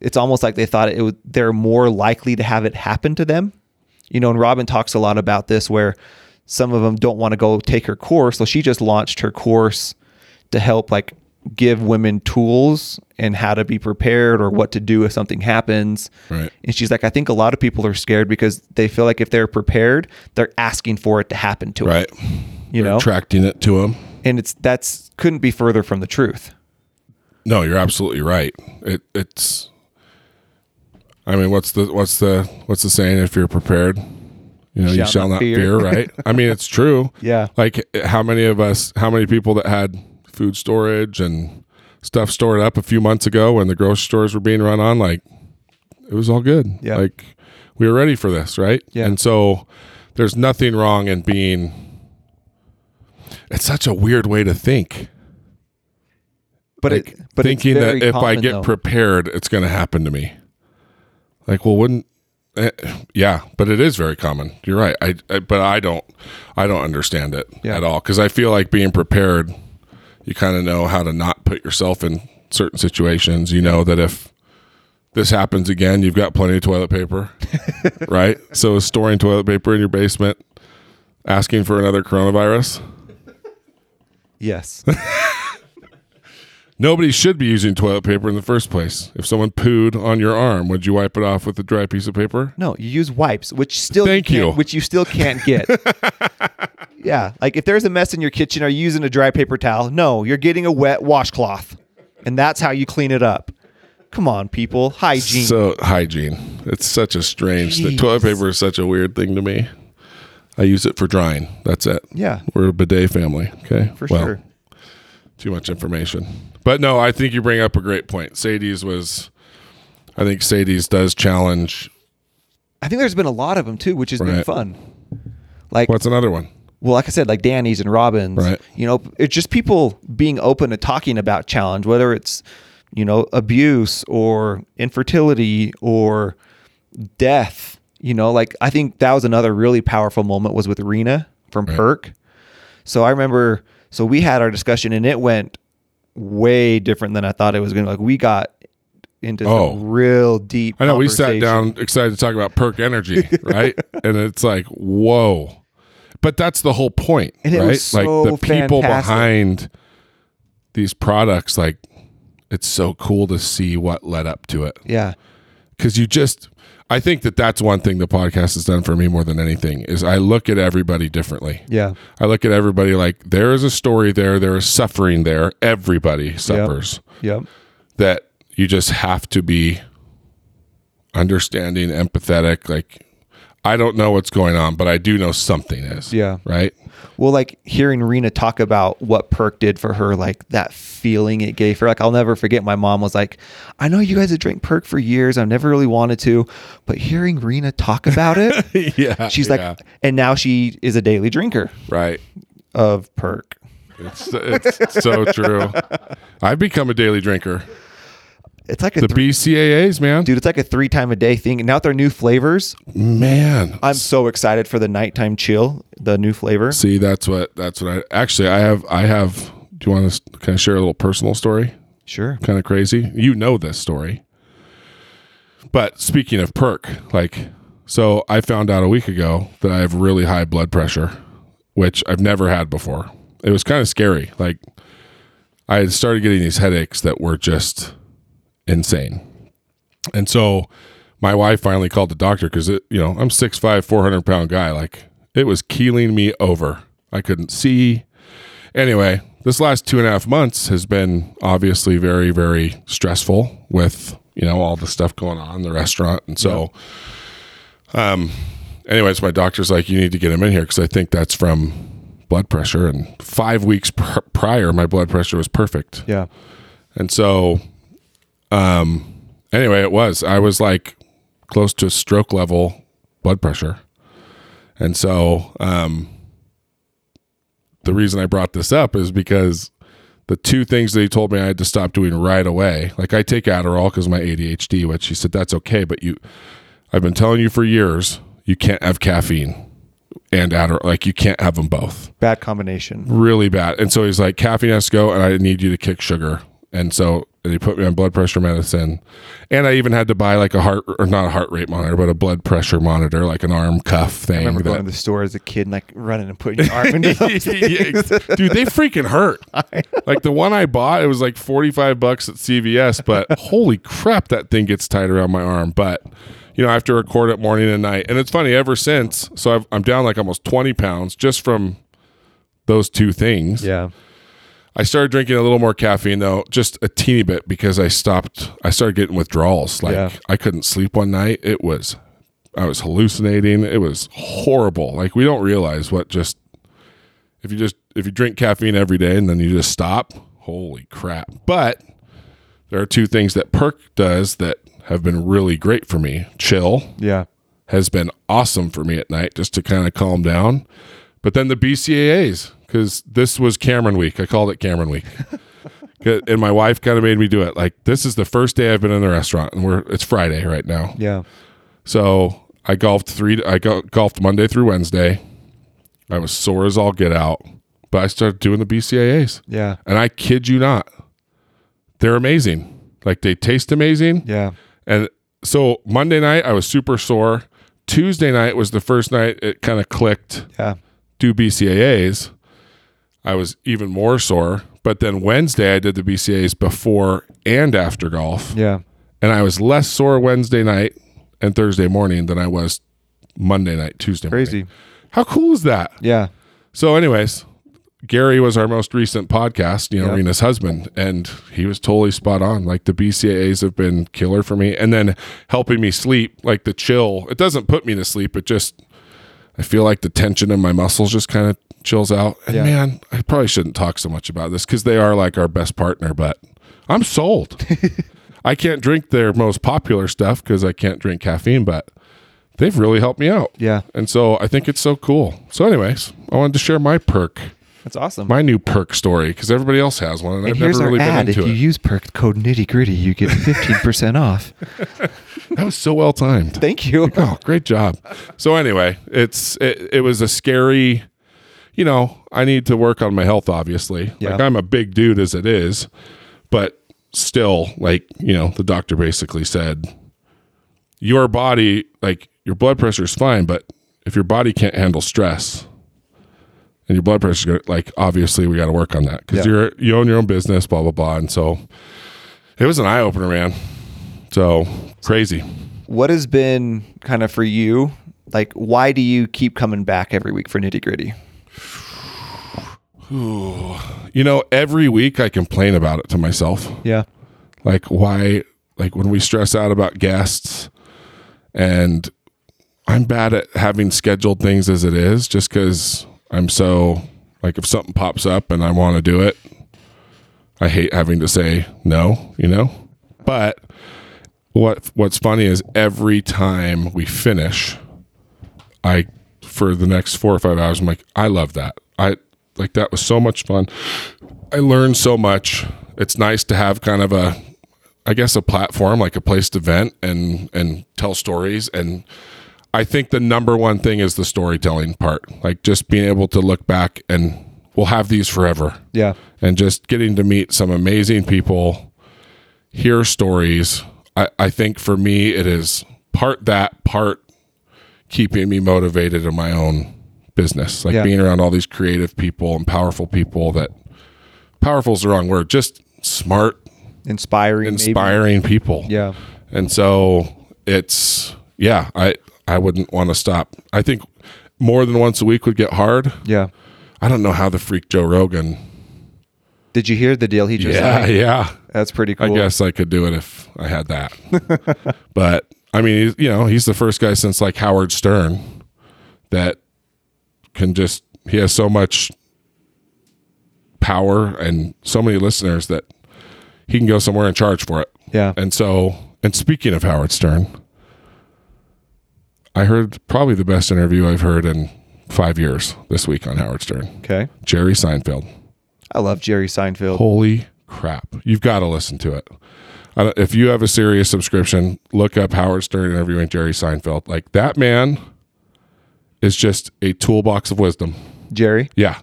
B: it's almost like they thought it would, they're more likely to have it happen to them. You know, and Robin talks a lot about this where some of them don't want to go take her course, so she just launched her course to help like give women tools and how to be prepared or what to do if something happens.
A: Right.
B: And she's like, I think a lot of people are scared because they feel like if they're prepared, they're asking for it to happen to them.
A: Right.
B: You know,
A: Attracting it to him.
B: and it's that's couldn't be further from the truth.
A: No, you're absolutely right. It it's I mean, what's the what's the what's the saying if you're prepared? You know, you shall not fear, right? I mean, it's true.
B: Yeah.
A: Like how many of us how many people that had food storage and stuff stored up a few months ago when the grocery stores were being run on like it was all good.
B: Yeah.
A: Like we were ready for this, right?
B: Yeah.
A: And so there's nothing wrong in being it's such a weird way to think
B: But
A: like,
B: it, but it's
A: thinking that
B: very
A: if I
B: common,
A: get
B: though.
A: prepared, it's going to happen to me. Like, well, wouldn't? Eh, yeah, but it is very common. You're right. I, I but I don't, I don't understand it
B: Yeah.
A: at all because I feel like being prepared, you kind of know how to not put yourself in certain situations. You know that if this happens again, you've got plenty of toilet paper, right? So is storing toilet paper in your basement, asking for another coronavirus.
B: yes,
A: Nobody should be using toilet paper in the first place. If someone pooed on your arm, would you wipe it off with a dry piece of paper?
B: no, you use wipes, which still
A: Thank
B: can't-
A: you.
B: which you still can't get. yeah, like if there's a mess in your kitchen, are you using a dry paper towel? No, you're getting a wet washcloth, and that's how you clean it up. Come on, people, hygiene.
A: So hygiene. It's such a strange thing.
B: Jeez.
A: Toilet paper is such a weird thing to me. I use it for drying. That's it.
B: Yeah.
A: We're a bidet family. Okay.
B: for
A: Well,
B: sure.
A: Too much information. But no, I think you bring up a great point. Sadie's was I think Sadie's does challenge
B: I think there's been a lot of them too, which has been
A: Right.
B: fun. Like,
A: what's another one?
B: well, like I said, like Danny's and Robin's,
A: Right.
B: you know, it's just people being open to talking about challenge, whether it's, you know, abuse or infertility or death, you know, like I think that was another really powerful moment was with Rena from Perk. So I remember, so we had our discussion and it went way different than I thought it was going to. Like we got into
A: Oh.
B: some real deep.
A: I know we sat
B: conversation.
A: down excited to talk about perk energy, right? and it's like, whoa. But that's the whole point,
B: And it
A: right?
B: was
A: like
B: so
A: the people
B: fantastic.
A: behind these products, like it's so cool to see what led up to it.
B: Yeah.
A: Cause you just, I think that that's one thing the podcast has done for me more than anything is I look at everybody differently.
B: Yeah.
A: I look at everybody like there is a story there, there is suffering there. Everybody suffers
B: Yep.
A: that you just have to be understanding, empathetic. Like, I don't know what's going on, but I do know something is.
B: Yeah.
A: Right.
B: Well, like hearing Rena talk about what Perk did for her, like that feeling it gave her. Like I'll never forget. My mom was like, "I know you guys have drank Perk for years. I've never really wanted to, but hearing Rena talk about it,
A: Yeah.
B: she's
A: yeah.
B: like, and now she is a daily drinker
A: right.
B: of Perk.
A: It's, it's so true. I've become a daily drinker.
B: It's like a
A: The
B: three,
A: BCAAs, man.
B: dude. It's like a three time a day thing. And now with their new flavors,
A: Man.
B: I'm so excited for the nighttime chill, the new flavor.
A: See, that's what, that's what I actually, I have, I have, do you want to kind of share a little personal story?
B: Sure.
A: kind of crazy. You know this story. But speaking of perk, like, so I found out a week ago that I have really high blood pressure, which I've never had before. It was kind of scary. Like, I had started getting these headaches that were just insane. And so my wife finally called the doctor because, you know, I'm 6'5, 400 pound guy. Like, it was keeling me over. I couldn't see anyway, this last two and a half months has been obviously very, very stressful with, you know, all the stuff going on in the restaurant. And so, um, anyways, my doctor's like, you need to get him in here because I think that's from blood pressure. And five weeks pr- prior, my blood pressure was perfect.
B: Yeah.
A: And so, um, anyway, it was. I was like close to stroke level blood pressure. And so um, the reason I brought this up is because the two things that he told me I had to stop doing right away, like I take Adderall because my ADHD, which he said that's okay, but you, I've been telling you for years, you can't have caffeine and Adderall, like you can't have them both
B: Bad combination.
A: really bad. And so he's like, caffeine has to go, and I need you to kick sugar. And so they put me on blood pressure medicine, and I even had to buy like a heart or not a heart rate monitor, but a blood pressure monitor, like an arm cuff
B: I
A: thing.
B: remember
A: that-
B: going to the store as a kid and like running and putting your arm into those
A: Yeah,
B: things.
A: ex- dude, they freaking hurt. Like the one I bought, it was like forty five bucks at CVS, but holy crap, that thing gets tight around my arm. But you know, I have to record it morning and night, and it's funny. Ever since, so I've, I'm down like almost twenty pounds just from those two things.
B: yeah.
A: I started drinking a little more caffeine though, just a teeny bit because I stopped. I started getting withdrawals. Like
B: Yeah.
A: I couldn't sleep one night. It was, I was hallucinating. It was horrible. Like we don't realize what just if you just if you drink caffeine every day and then you just stop. Holy crap! But there are two things that Perk does that have been really great for me. Chill
B: Yeah.
A: has been awesome for me at night just to kind of calm down. But then the BCAAs, because this was Cameron week. I called it Cameron week. 'Cause- and my wife kind of made me do it. Like, this is the first day I've been in the restaurant, and we're it's Friday right now.
B: Yeah.
A: So I golfed three. I go, golfed Monday through Wednesday. I was sore as all get out, but I started doing the BCAAs,
B: Yeah.
A: and I kid you not, they're amazing. Like they taste amazing.
B: Yeah.
A: And so Monday night I was super sore. Tuesday night was the first night it kind of clicked.
B: Yeah.
A: Do BCAAs. I was even more sore. But then Wednesday I did the BCAAs before and after golf,
B: Yeah.
A: and I was less sore Wednesday night and Thursday morning than I was Monday night, Tuesday morning.
B: Crazy.
A: How cool is that?
B: Yeah.
A: So, anyways, Gary was our most recent podcast, you know,
B: Yeah.
A: Rena's husband, and he was totally spot on. Like the BCAAs have been killer for me. And then helping me sleep, like the chill, it doesn't put me to sleep. It just, I feel like the tension in my muscles just kind of chills out. And
B: Yeah.
A: man, I probably shouldn't talk so much about this because they are like our best partner, but I'm sold. I can't drink their most popular stuff because I can't drink caffeine, but they've really helped me out.
B: Yeah.
A: And so I think it's so cool. So, anyways, I wanted to share my perk,
B: That's awesome.
A: my new perk story, because everybody else has one, and,
B: and
A: I've
B: here's
A: never really
B: our ad.
A: been
B: If
A: into
B: you
A: it.
B: use perk code nitty gritty, you get 15% off.
A: that was so well timed.
B: Thank you.
A: Oh, great job. So, anyway, it's it, it was a scary. You know, I need to work on my health. Obviously,
B: Yeah.
A: like I'm a big dude as it is, but still, like you know, the doctor basically said, your body, like your blood pressure is fine, but if your body can't handle stress, and your blood pressure, like obviously we got to work on that because
B: Yeah.
A: you're you own your own business, blah blah blah, and so it was an eye opener, man. So crazy.
B: What has been kind of for you? Like, why do you keep coming back every week for nitty gritty?
A: You know, every week I complain about it to myself.
B: Yeah.
A: Like why like when we stress out about guests and I'm bad at having scheduled things as it is just cuz I'm so like if something pops up and I want to do it I hate having to say no, you know? But what what's funny is every time we finish I for the next 4 or 5 hours I'm like I love that. I like that was so much fun. I learned so much. It's nice to have kind of a, I guess, a platform like a place to vent and and tell stories. And I think the number one thing is the storytelling part, like just being able to look back and we'll have these forever,
B: Yeah.
A: and just getting to meet some amazing people, hear stories. I, I think for me, it is part that part keeping me motivated in my own business, like
B: Yeah.
A: being around all these creative people and powerful people that powerful is the wrong word, just smart,
B: Inspiring. maybe.
A: inspiring people.
B: Yeah.
A: And so it's yeah, I I wouldn't want to stop. I think more than once a week would get hard.
B: Yeah.
A: I don't know how the freak Joe Rogan.
B: Did you hear the deal he just
A: Yeah,
B: signed?
A: yeah.
B: That's pretty
A: I
B: cool.
A: guess I could do it if I had that. but I mean, he's, you know, he's the first guy since like Howard Stern that can just he has so much power and so many listeners that he can go somewhere and charge for it.
B: Yeah.
A: And so, and speaking of Howard Stern, I heard probably the best interview I've heard in five years this week on Howard Stern.
B: Okay.
A: Jerry Seinfeld.
B: I love Jerry Seinfeld.
A: Holy crap! You've got to listen to it. I don't, if you have a serious subscription, look up Howard Stern interviewing Jerry Seinfeld. Like that man is just a toolbox of wisdom.
B: Jerry.
A: Yeah.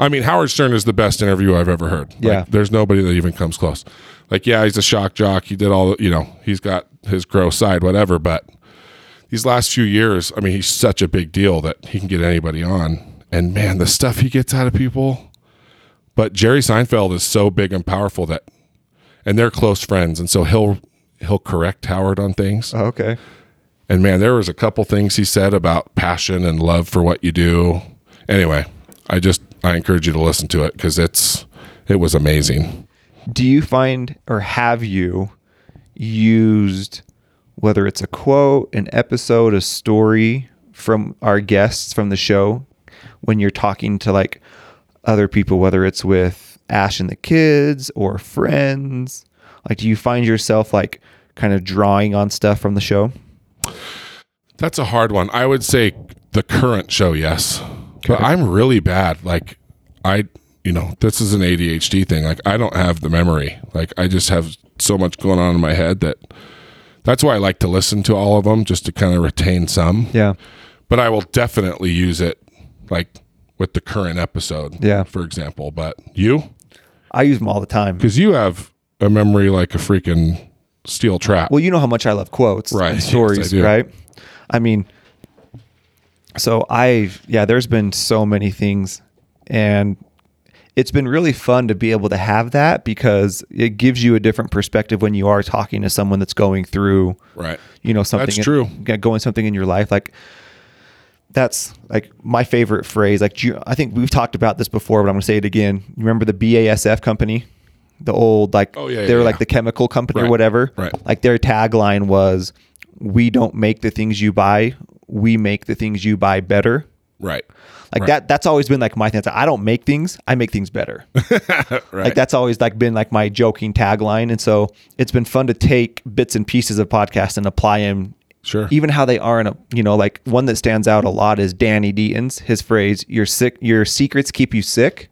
A: I mean, Howard Stern is the best interview I've ever heard. Like,
B: Yeah.
A: there's nobody that even comes close. Like, yeah, he's a shock jock. He did all, you know, he's got his gross side, whatever. But these last few years, I mean, he's such a big deal that he can get anybody on. And man, the stuff he gets out of people. But Jerry Seinfeld is so big and powerful that, and they're close friends. And so he'll, he'll correct Howard on things.
B: Oh, okay.
A: And man, there was a couple things he said about passion and love for what you do. Anyway, I just I encourage you to listen to it because it's it was amazing.
B: Do you find or have you used whether it's a quote, an episode, a story from our guests from the show when you're talking to like other people, whether it's with Ash and the kids or friends? Like, do you find yourself like kind of drawing on stuff from the show?
A: That's a hard one. I would say the current show, yes, but I'm really bad. Like I, you know, this is an ADHD thing. Like I don't have the memory. Like I just have so much going on in my head that that's why I like to listen to all of them just to kind of retain some.
B: Yeah.
A: but I will definitely use it like with the current episode.
B: Yeah.
A: For example, but you
B: I use them all the time.
A: cuz you have a memory like a freaking steel trap.
B: Well, you know how much I love quotes
A: Right.
B: and
A: Yes,
B: stories,
A: I do.
B: right? I mean, so I've, yeah, there's been so many things. And it's been really fun to be able to have that because it gives you a different perspective when you are talking to someone that's going through,
A: right.
B: you know, something.
A: That's true.
B: yeah, Going something in your life. Like, that's like my favorite phrase. Like, do you- I think we've talked about this before, but I'm going to say it again. You remember the BASF company? The old, like,
A: Oh, yeah,
B: they
A: yeah,
B: were
A: yeah.
B: like the chemical company
A: Right,
B: or whatever.
A: right.
B: Like, their tagline was, We don't make the things you buy, we make the things you buy better.
A: Right.
B: Like that that's always been like my thing. It's like, I don't make things, I make things better. Like that's always like been like my joking tagline. And so it's been fun to take bits and pieces of podcast and apply them
A: Sure.
B: even how they are in a you know like one that stands out a lot is Danny Deaton's his phrase your sick your secrets keep you sick.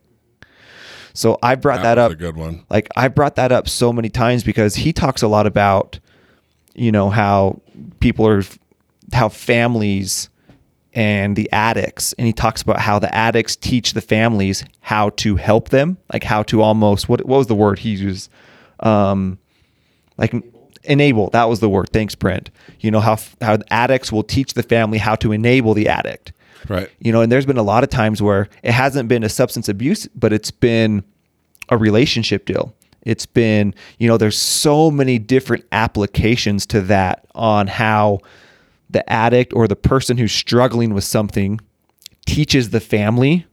B: So I brought that,
A: was
B: up
A: a good one.
B: like I brought that up so many times because he talks a lot about you know how people are how families and the addicts and he talks about how the addicts teach the families how to help them like how to almost what what was the word he used um like enable that was the word thanks Brent you know how how the addicts will teach the family how to enable the addict
A: Right.
B: you know and there's been a lot of times where it hasn't been a substance abuse but it's been a relationship deal it's been you know there's so many different applications to that on how the addict or the person who's struggling with something teaches the family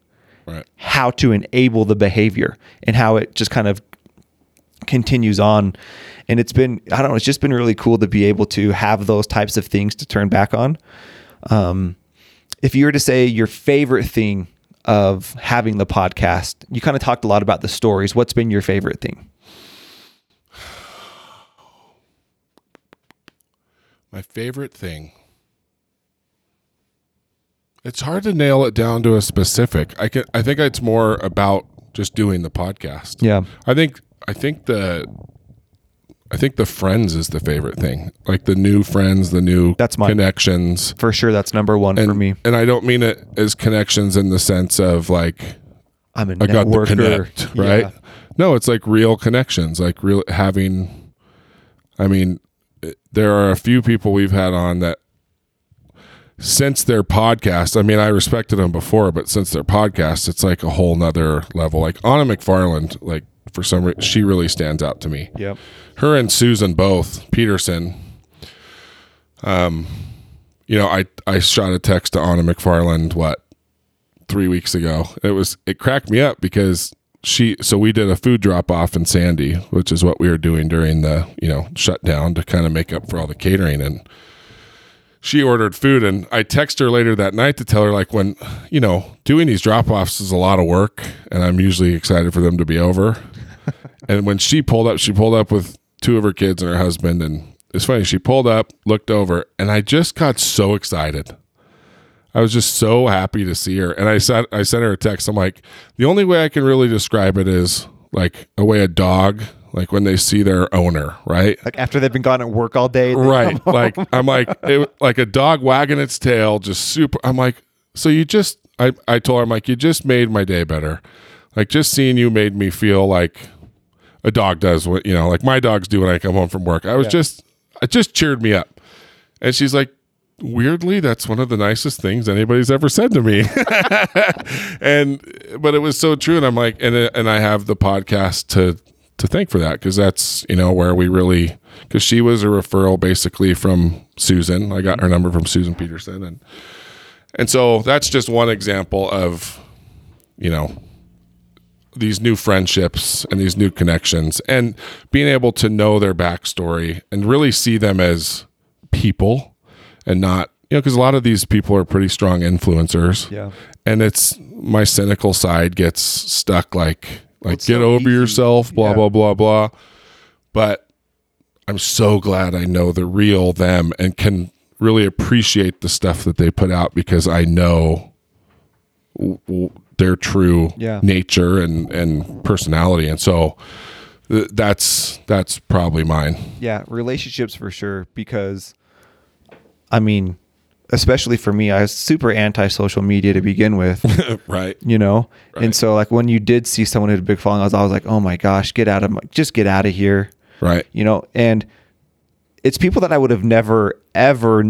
A: Right.
B: how to enable the behavior and how it just kind of continues on and it's been i don't know it's just been really cool to be able to have those types of things to turn back on um, if you were to say your favorite thing of having the podcast you kind of talked a lot about the stories what's been your favorite thing
A: My favorite thing. It's hard to nail it down to a specific. I can I think it's more about just doing the podcast.
B: yeah
A: I think I think the I think the friends is the favorite thing. Like the new friends, the new
B: That's mine.
A: connections.
B: for sure that's number one
A: And,
B: for me
A: And I don't mean it as connections in the sense of like
B: i'm a
A: I got the
B: networker
A: connect, right?
B: Yeah.
A: No, it's like real connections, like real having. I mean, it- there are a few people we've had on that since their podcast. I mean, I respected them before, but since their podcast, it's like a whole nother level. Like Anna McFarland, like for some reason, she really stands out to me
B: yep
A: her and Susan both Peterson. Um, you know, I I shot a text to Anna McFarland what three weeks ago. It was it cracked me up because she so we did a food drop off in Sandy, which is what we were doing during the you know shutdown to kind of make up for all the catering and. She ordered food, and I text her later that night to tell her like when you know doing these drop offs is a lot of work, and I'm usually excited for them to be over. And when she pulled up, she pulled up with two of her kids and her husband, and it's funny. She pulled up, looked over, and I just got so excited. I was just so happy to see her, and I sent I sent her a text. I'm like, the only way I can really describe it is like a way a dog, like when they see their owner, right?
B: Like after they've been gone at work all day, they
A: right like i'm like it, like a dog wagging its tail just super i'm like so you just I, I told her i'm like you just made my day better like just seeing you made me feel like a dog does what you know like my dogs do when i come home from work i was just it just cheered me up and she's like weirdly that's one of the nicest things anybody's ever said to me and but it was so true and i'm like and uh, and i have the podcast to to thank for that because that's you know where we really because she was a referral basically from susan i got her number from susan peterson and and so that's just one example of you know these new friendships and these new connections and being able to know their backstory and really see them as people and not you know because a lot of these people are pretty strong influencers
B: Yeah.
A: and it's my cynical side gets stuck like like
B: it's
A: get
B: so
A: over
B: easy.
A: yourself blah
B: Yeah.
A: blah blah blah but i'm so glad i know the real them and can really appreciate the stuff that they put out because i know w- w- their true
B: Yeah.
A: nature and and personality and so th- that's that's probably mine
B: yeah relationships for sure because i mean especially for me i was super anti-social media to begin with
A: right
B: you know
A: Right.
B: and so like when you did see someone who had a big following i was always like oh my gosh get out of my just get out of here
A: right
B: you know and it's people that i would have never ever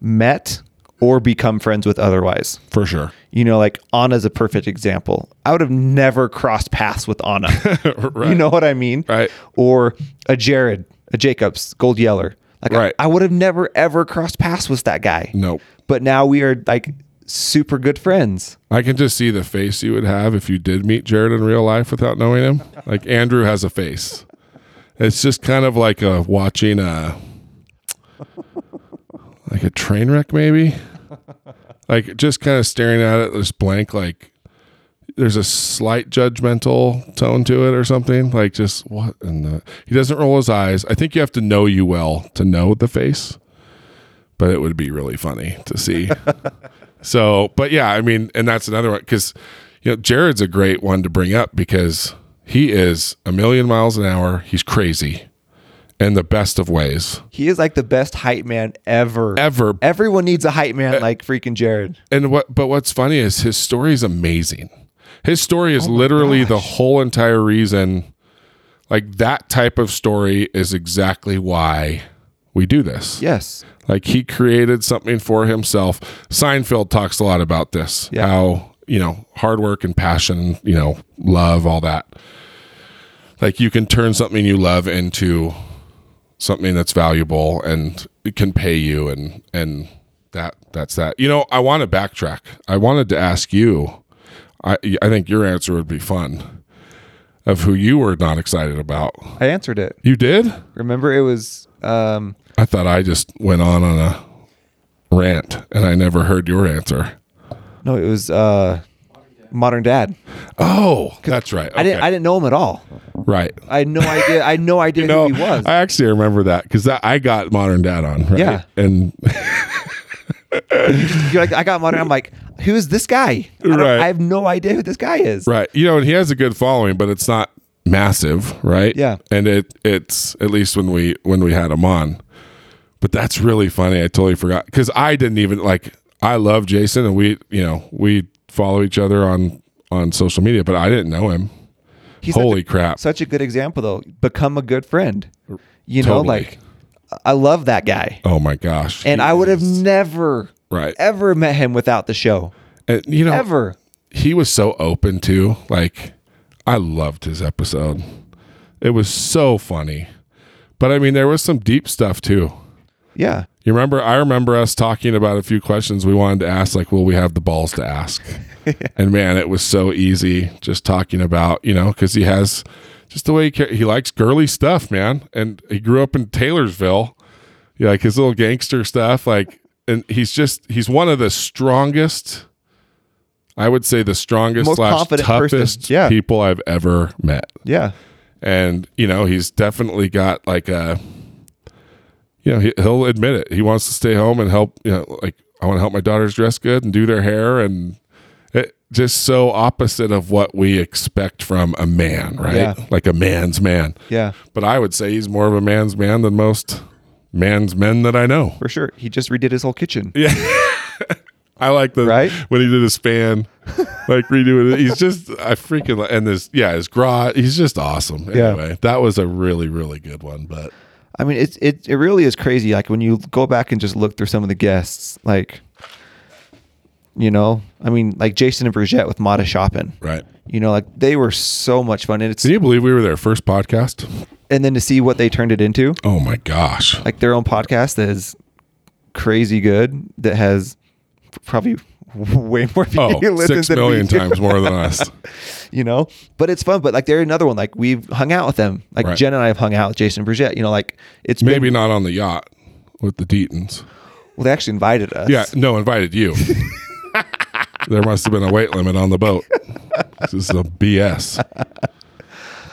B: met or become friends with otherwise
A: for sure
B: you know like anna's a perfect example i would have never crossed paths with anna
A: right
B: you know what I mean?
A: Right.
B: Or a Jared, a Jacobs, Gold Yeller. Like I-
A: Right.
B: I, would have never ever crossed paths with that guy.
A: nope
B: But now we are like super good friends.
A: I can just see the face you would have if you did meet Jared in real life without knowing him. Like Andrew has a face. It's just kind of like a watching a like a train wreck maybe. Like just kind of staring at it just blank like there's a slight judgmental tone to it or something. Like just what in the He doesn't roll his eyes. I think you have to know you well to know the face. But it would be really funny to see. So, but yeah, I mean, and that's another one because you know Jared's a great one to bring up because he is a million miles an hour. He's crazy, in the best of ways
B: He is like the best hype man ever.
A: ever. Eh.
B: Everyone needs a hype man like freaking Jared.
A: And what? But what's funny is his story is amazing. His story is literally the whole entire reason. Like that type of story is exactly why we do this.
B: Yes.
A: Like he created something for himself. Seinfeld talks a lot about this.
B: Yeah.
A: How, you know, hard work and passion, you know, love, all that. Like you can turn something you love into something that's valuable and it can pay you and and that that's that. You know, I want to backtrack. I wanted to ask you. I I think your answer would be fun of who you were not excited about.
B: I answered it.
A: You did?
B: Remember it was um
A: I thought I just went on on a rant and I never heard your answer.
B: no, it was uh Modern Dad.
A: Oh, that's right.
B: I didn't I didn't know him at all.
A: right.
B: I had no idea I had no idea
A: No,
B: who he was.
A: I actually remember that because that I got Modern Dad on. Right?
B: Yeah.
A: and
B: You're like, I got modern. I'm like, who is this guy? I, don't-
A: Right.
B: I have no idea who this guy is.
A: right, you know, and he has a good following, but it's not massive, right?
B: Yeah.
A: and it it's at least when we when we had him on. But that's really funny. I totally forgot because I didn't even like. I love Jason, and we you know we follow each other on on social media, but I didn't know him.
B: He's such a-
A: Holy crap!
B: Such a good example, though. Become a good friend. You know,
A: Totally.
B: like, I love that guy.
A: Oh my gosh!
B: And
A: He
B: I would have
A: is-
B: never,
A: Right.
B: ever met him without the show.
A: And you know,
B: Ever.
A: he was so open too. Like, I loved his episode. It was so funny. But I mean, there was some deep stuff too.
B: Yeah.
A: You remember? I remember us talking about a few questions we wanted to ask, like, will we have the balls to ask? And man, it was so easy just talking about, you know, because he has just the way he, car- he likes girly stuff, man. And he grew up in Taylorsville, yeah, like his little gangster stuff. Like, and he's just, he's one of the strongest, I would say, the strongest,
B: Most
A: slash,
B: confident person.
A: toughest
B: Yeah.
A: people I've ever met
B: Yeah.
A: and uh, you know he's definitely got like a you you know, he, he'll admit it. He wants to stay home and help, you know, like I want to help my daughters dress good and do their hair and it just so opposite of what we expect from a man, right?
B: Yeah.
A: Like a man's man.
B: Yeah,
A: But I would say he's more of a man's man than most man's men that I know.
B: for sure. He just redid his whole kitchen.
A: I like the
B: Right?
A: when he did his fan, like redoing it. He's just I freaking li- and this yeah his garage. He's just awesome.
B: Yeah.
A: Anyway, that was a really really good one. But
B: I mean, it's it it really is crazy. Like when you go back and just look through some of the guests, like you know, I mean, like Jason and Brigitte with Mata Shopping.
A: right,
B: You know, like they were so much fun, and it's
A: can you believe we were their first podcast?
B: and then to see what they turned it into,
A: Oh my gosh!
B: like their own podcast that is crazy good that has probably way more people
A: Oh,
B: listen
A: six
B: than we
A: million
B: do.
A: times more than us.
B: you know but it's fun but like they're another one like we've hung out with them like
A: Right.
B: jen and i have hung out with jason Brigitte. you know like it's
A: Maybe
B: been,
A: not on the yacht with the Deatons.
B: well they actually invited us
A: Yeah, no, invited you. there must have been a weight limit on the boat. This is a BS.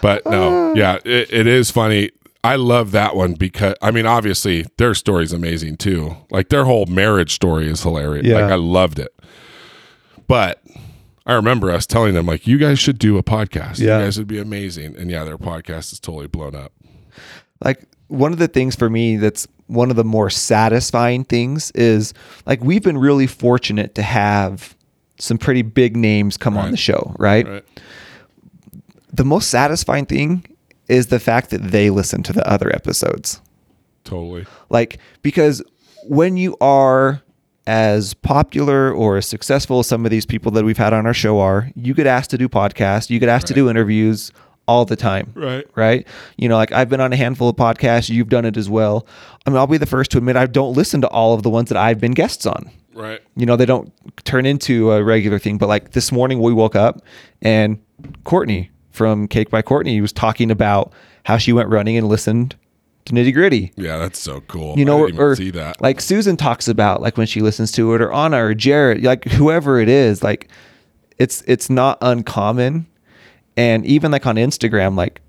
A: But no, yeah, it, it is funny. I love that one because I mean, obviously, their story's amazing too. Like their whole marriage story is hilarious.
B: Yeah.
A: Like I loved it. But I remember us telling them like, "You guys should do a podcast.
B: Yeah.
A: You guys would be amazing." And yeah, their podcast is totally blown up.
B: like one of the things for me that's one of the more satisfying things is like we've been really fortunate to have some pretty big names come on
A: Right.
B: the show right?
A: Right?
B: the most satisfying thing is the fact that they listen to the other episodes
A: Totally.
B: like because when you are as popular or as successful as some of these people that we've had on our show are you get asked to do podcasts you get asked to do interviews all the time
A: Right.
B: right you know like i've been on a handful of podcasts you've done it as well i mean i'll be the first to admit i don't listen to all of the ones that i've been guests on
A: Right.
B: you know they don't turn into a regular thing but like this morning we woke up and courtney from cake by courtney was talking about how she went running and listened to nitty gritty
A: Yeah, that's so cool.
B: you know,
A: I
B: or,
A: didn't even
B: or
A: see that.
B: like Susan talks about, like when she listens to it, or Anna or Jared, like whoever it is, like it's it's not uncommon, and even like on Instagram, like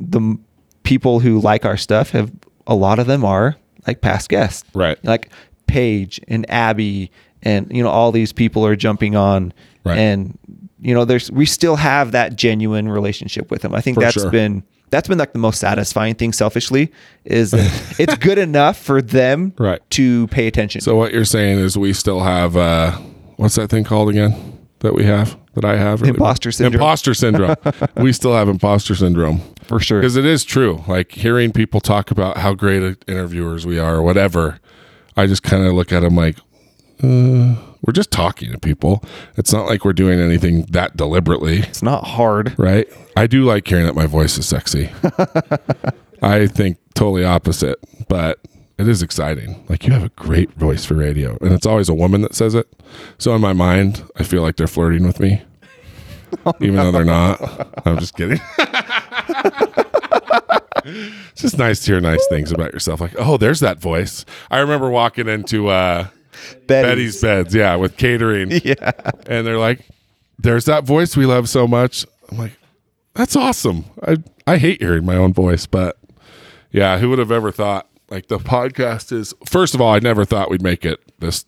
B: the m- people who like our stuff have a lot of them are like past guests,
A: Right.
B: Like Paige and Abby, and you know all these people are jumping on,
A: Right.
B: and you know there's we still have that genuine relationship with them. I think
A: For
B: that's
A: sure.
B: been that's been like the most satisfying thing selfishly is that it's good enough for them
A: Right.
B: to pay attention.
A: So what you're saying is we still have uh, what's that thing called again that we have that I have
B: Imposter syndrome.
A: Imposter syndrome. we still have imposter syndrome
B: for sure.
A: because it is true. Like hearing people talk about how great a- interviewers we are or whatever, I just kind of look at them like. Uh, we're just talking to people. It's not like we're doing anything that deliberately,
B: It's not hard.
A: right? I do like hearing that my voice is sexy. I think totally opposite, but it is exciting. Like you have a great voice for radio, and it's always a woman that says it. So in my mind, I feel like they're flirting with me, even though they're not. I'm just kidding. it's just nice to hear nice things about yourself. Like, oh, there's that voice. I remember walking into uh, Betty's Beds, yeah, with catering
B: Yeah.
A: and they're like, "There's that voice we love so much." I'm like, "That's awesome." I I hate hearing my own voice, but yeah, who would have ever thought? Like the podcast is. First of all, I never thought we'd make it this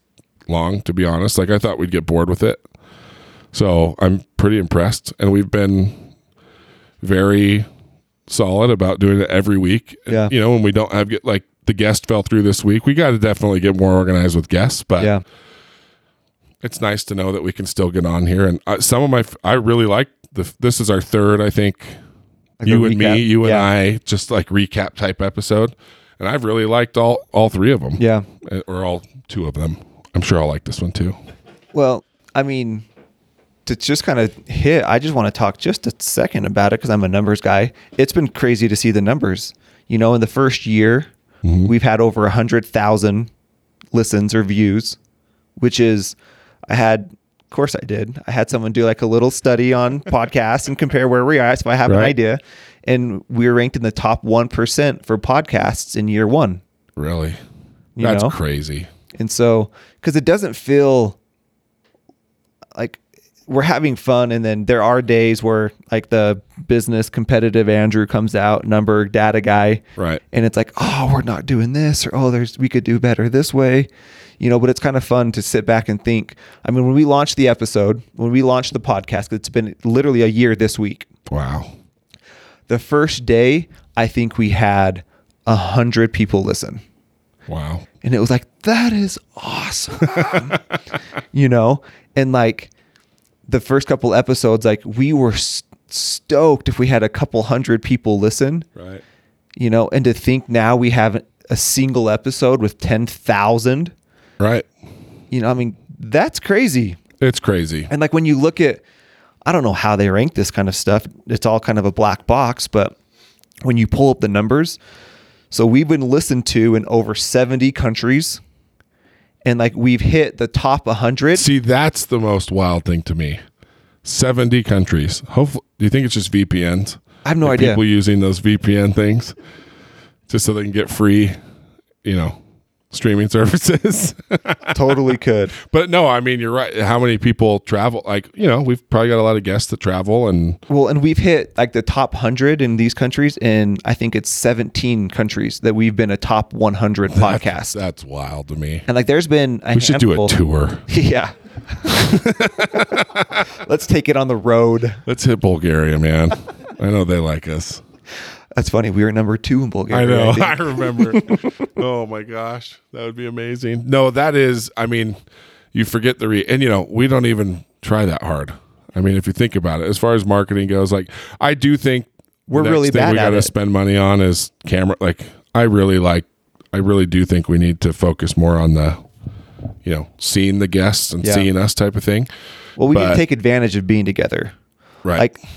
A: long. To be honest, like I thought we'd get bored with it. So I'm pretty impressed, and we've been very solid about doing it every week. And,
B: Yeah.
A: you know, when we don't have get like the guest fell through this week, we got to definitely get more organized with guests. But
B: Yeah.
A: it's nice to know that we can still get on here. And uh, some of my, I really like the. This is our third, I think.
B: the
A: you and me,
B: recap.
A: you and
B: Yeah.
A: I, just like recap type episode. And I've really liked all all three of them.
B: Yeah.
A: Uh, or all two of them. I'm sure I'll like this one too.
B: Well, I mean, to just kind of hit, I just want to talk just a second about it because I'm a numbers guy. It's been crazy to see the numbers. You know, in the first year,
A: Mm-hmm.
B: we've had over 100,000 listens or views, which is, I had, of course I did. I had someone do like a little study on podcasts and compare where we are. So I have an
A: Right.
B: idea. And we were ranked in the top 1% for podcasts in year one.
A: Really,
B: You
A: that's
B: know?
A: crazy.
B: And so, because it doesn't feel like we're having fun and then there are days where like the business competitive andrew comes out number data guy
A: Right.
B: and it's like oh we're not doing this or oh there's we could do better this way you know but it's kind of fun to sit back and think i mean when we launched the episode when we launched the podcast it's been literally a year this week
A: Wow.
B: the first day i think we had a hundred people listen
A: Wow.
B: and it was like that is awesome you know and like the first couple episodes like we were s stoked if we had a couple hundred people listen
A: Right.
B: you know and to think now we have a single episode with 10,000
A: Right.
B: you know i mean that's crazy
A: It's crazy.
B: and like when you look at, I don't know how they rank this kind of stuff. It's all kind of a black box, but when you pull up the numbers, so we've been listened to in over 70 countries and like we've hit the top 100.
A: See, that's the most wild thing to me. 70 countries. Hopefully, do you think it's just VPNs?
B: I have no
A: Like,
B: idea.
A: People using those VPN things just so they can get free, you know, streaming services.
B: totally could.
A: but no, I mean, you're right. How many people travel? Like, you know, we've probably got a lot of guests that travel and
B: Well, and we've hit like the top 100 in these countries and I think it's 17 countries that we've been a top 100 podcast.
A: that's wild to me.
B: And like there's been a
A: We should do
B: handful-
A: a tour.
B: Yeah. Let's take it on the road.
A: Let's hit Bulgaria, man. I know they like us.
B: That's funny. We were number two in
A: I
B: Bulgaria.
A: know.
B: think.
A: I remember. oh my gosh, that would be amazing. No, that is. I mean, you forget the re, and you know we don't even try that hard. I mean, if you think about it, as far as marketing goes, like I do think
B: We're really bad
A: we
B: at
A: gotta
B: it.
A: spend money on is camera. Like I really like. I really do think we need to focus more on the, you know, seeing the guests and
B: Yeah.
A: seeing us type of thing.
B: Well, we
A: But-
B: can take advantage of being together.
A: Right.
B: Like, I-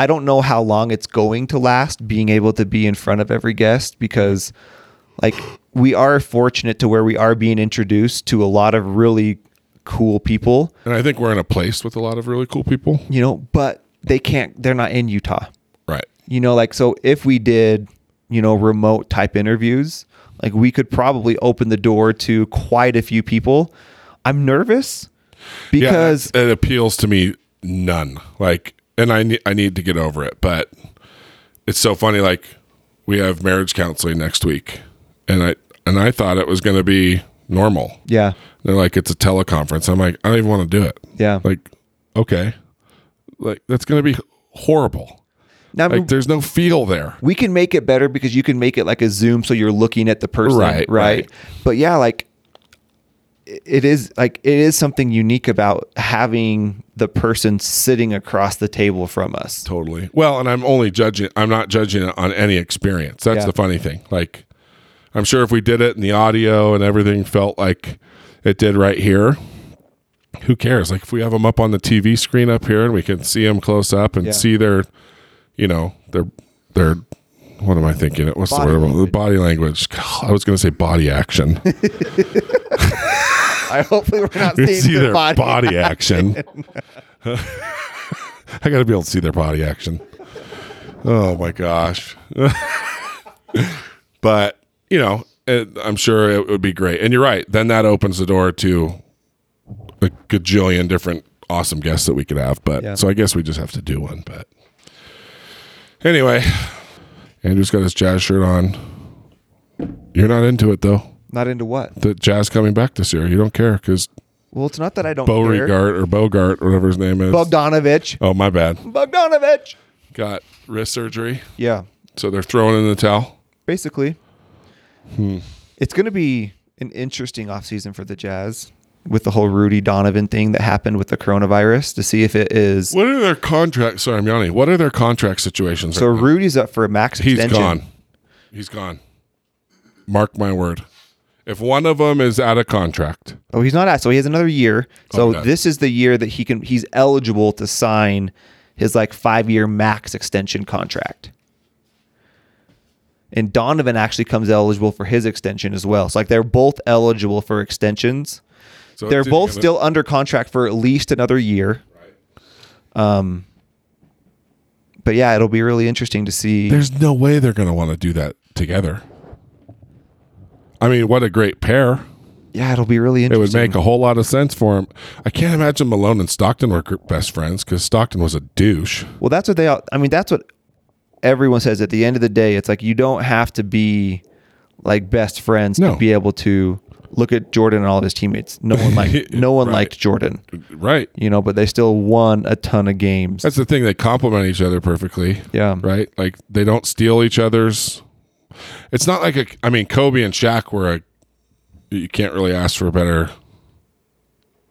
B: I don't know how long it's going to last being able to be in front of every guest because, like, we are fortunate to where we are being introduced to a lot of really cool people,
A: and I think we're in a place with a lot of really cool people.
B: you know, but they can't, they're not in Utah.
A: Right.
B: you know like so if we did you know remote type interviews like we could probably open the door to quite a few people i'm nervous
A: Yeah,
B: because
A: it appeals to me none. Like, and I ne- I need to get over it, but it's so funny. Like, we have marriage counseling next week, and I and I thought it was going to be normal.
B: yeah
A: They're like, it's a teleconference. I'm like, I don't even want to do it.
B: yeah
A: Like, okay, like that's going to be horrible.
B: now I mean,
A: Like, there's no feel there.
B: we can make it better because you can make it like a zoom so you're looking at the person
A: Right,
B: right,
A: right.
B: but yeah like i- it is like it is something unique about having the person sitting across the table from us
A: Totally. Well, and I'm only judging. I'm not judging it on any experience. That's
B: Yeah.
A: the funny thing. Like, I'm sure if we did it and the audio and everything felt like it did right here, who cares? Like, if we have them up on the TV screen up here and we can see them close up and
B: Yeah.
A: see their, you know, their their. What am I thinking? It what's
B: Body
A: the word?
B: language.
A: Body language. God, I was going to say body action.
B: i hopefully we're not
A: You
B: seeing
A: see
B: their
A: their body,
B: body.
A: action. I got to be able to see their body action. Oh my gosh. but, you know, it, I'm sure it would be great. And you're right. Then that opens the door to a gajillion different awesome guests that we could have. But
B: Yeah.
A: so I guess we just have to do one. But anyway, Andrew's got his jazz shirt on. You're not into it though.
B: not into what
A: The jazz coming back this year. You don't care because
B: well it's not that i don't care
A: Beauregard or Bogart, whatever his name is.
B: Bogdanovich.
A: oh, my bad.
B: Bogdanovich.
A: Got wrist surgery,
B: Yeah,
A: so they're throwing in the towel.
B: basically.
A: Hmm.
B: It's going to be an interesting offseason for the Jazz with the whole Rudy Donovan thing that happened with the coronavirus to see if it is.
A: What are their contracts? Sorry, I'm yawning. What are their contract situations?
B: So
A: right now?
B: Rudy's up for a max
A: He's
B: extension.
A: gone. He's gone. Mark my word. If one of them is out of contract,
B: Oh, he's not at. So he has another year. So
A: Okay.
B: this is the year that he can. He's eligible to sign his like five year max extension contract. And Donovan actually comes eligible for his extension as well. So like they're both eligible for extensions.
A: so
B: They're
A: it's either
B: both
A: gonna-
B: still under contract for at least another year. Um, but yeah, it'll be really interesting to see.
A: There's no way they're going to want to do that together. I mean, what a great pair.
B: yeah, it'll be really
A: It would
B: interesting.
A: make a whole lot of sense for him. I can't imagine Malone and Stockton were best friends because Stockton was a douche.
B: Well, that's what they all, I mean, that's what everyone says at the end of the day. It's like you don't have to be like best friends
A: No.
B: to be able to look at Jordan and all of his teammates. No one liked no one
A: Right.
B: liked Jordan,
A: Right.
B: you know, but they still won a ton of games.
A: That's the thing. They complement each other perfectly.
B: yeah.
A: Right. Like they don't steal each other's. It's not like a. I mean, Kobe and Shaq were a. You can't really ask for a better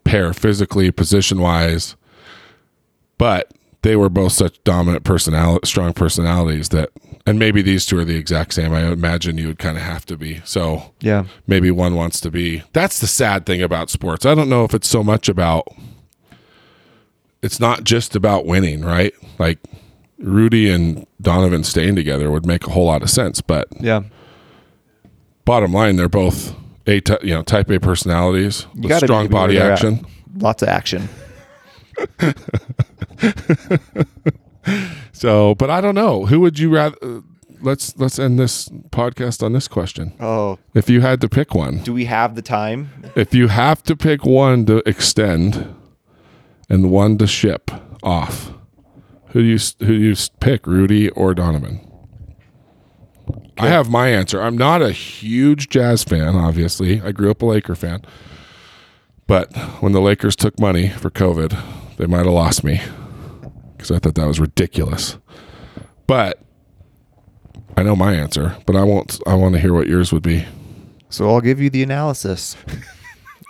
A: pair physically, position wise. But they were both such dominant personality, strong personalities that, and maybe these two are the exact same. I imagine you would kind of have to be. So
B: Yeah.
A: maybe one wants to be. That's the sad thing about sports. I don't know if it's so much about it's not just about winning, right? Like Rudy and Donovan staying together would make a whole lot of sense, but
B: Yeah.
A: bottom line they're both a ty- you know type A personalities with
B: gotta
A: strong
B: be where
A: body
B: they're at.
A: action.
B: Lots of action.
A: So, but I don't know. Who would you rather uh, let's let's end this podcast on this question.
B: Oh,
A: If you had to pick one,
B: do we have the time?
A: if you have to pick one to extend and one to ship off, who do you who do you pick, Rudy or Donovan? I have my answer. I'm not a huge Jazz fan, obviously. I grew up a Laker fan, but when the Lakers took money for COVID, they might have lost me because I thought that was ridiculous. But I know my answer, but I won't. I want to hear what yours would be.
B: So I'll give you the analysis.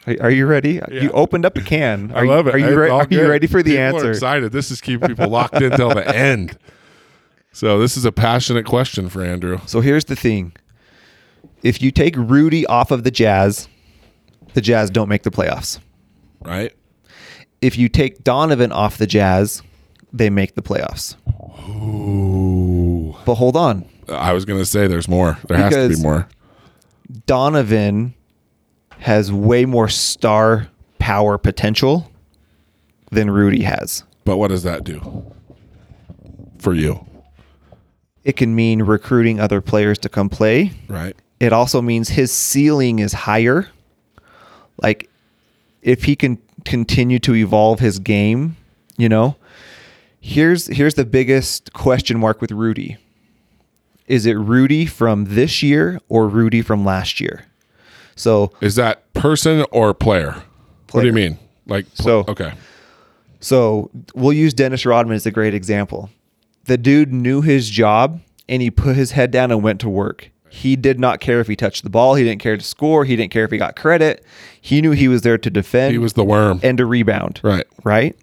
B: Are, are you ready? You opened up a can. Are
A: I
B: you-
A: love it.
B: Are you,
A: It's
B: re-
A: all
B: are you
A: good.
B: ready for the
A: People are
B: answer?
A: excited. This is keeping people locked in till the end. So this is a passionate question for Andrew.
B: So here's the thing. If you take Rudy off of the Jazz, the Jazz don't make the playoffs.
A: Right?
B: If you take Donovan off the Jazz, they make the playoffs.
A: Ooh.
B: But hold on.
A: I was gonna say there's more. There has to be
B: Because-
A: more.
B: Donovan has way more star power potential than Rudy has.
A: But what does that do for you?
B: It can mean recruiting other players to come play.
A: Right?
B: It also means his ceiling is higher. Like if he can continue to evolve his game, you know. Here's here's the biggest question mark with Rudy. Is it Rudy from this year or Rudy from last year? So
A: Is that person or player? What do you
B: Player.
A: mean? Like
B: So-
A: pl- okay.
B: So we'll use Dennis Rodman as a great example. The dude knew his job and he put his head down and went to work. He did not care if he touched the ball. He didn't care to score. He didn't care if he got credit. He knew he was there to defend
A: He was the worm.
B: and to rebound.
A: Right.
B: Right.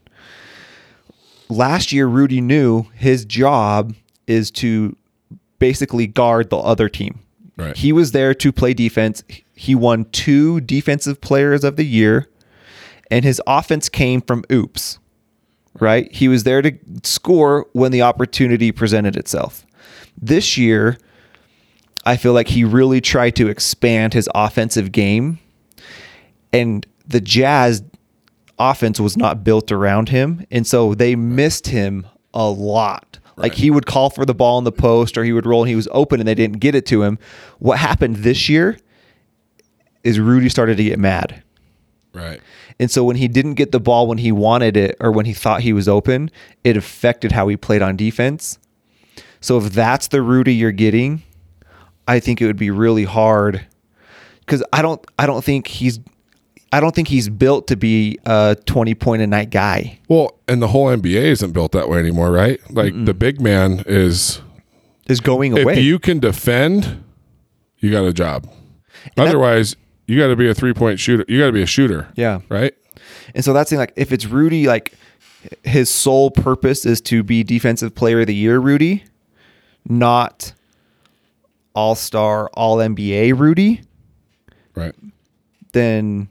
B: Last year, Rudy knew his job is to basically guard the other team.
A: Right.
B: He was there to play defense. He won two defensive players of the year, and his offense came from oops. Right? He was there to score when the opportunity presented itself. This year, I feel like he really tried to expand his offensive game, and the Jazz offense was not built around him. And so they missed him a lot. Like he would call for the ball in the post or he would roll and he was open and they didn't get it to him. What happened this year is Rudy started to get mad.
A: Right.
B: And so when he didn't get the ball when he wanted it or when he thought he was open, it affected how he played on defense. So if that's the Rudy you're getting, I think it would be really hard cuz I don't I don't think he's I don't think he's built to be a 20 point a night guy.
A: Well, and the whole NBA isn't built that way anymore, right? Like the big man is
B: Is going away.
A: If you can defend, you got a job. Otherwise, you got to be a three point shooter. You got to be a shooter.
B: Yeah.
A: Right.
B: and so that's the thing, like if it's Rudy like his sole purpose is to be defensive player of the year Rudy, not all-star, all NBA Rudy.
A: Right.
B: then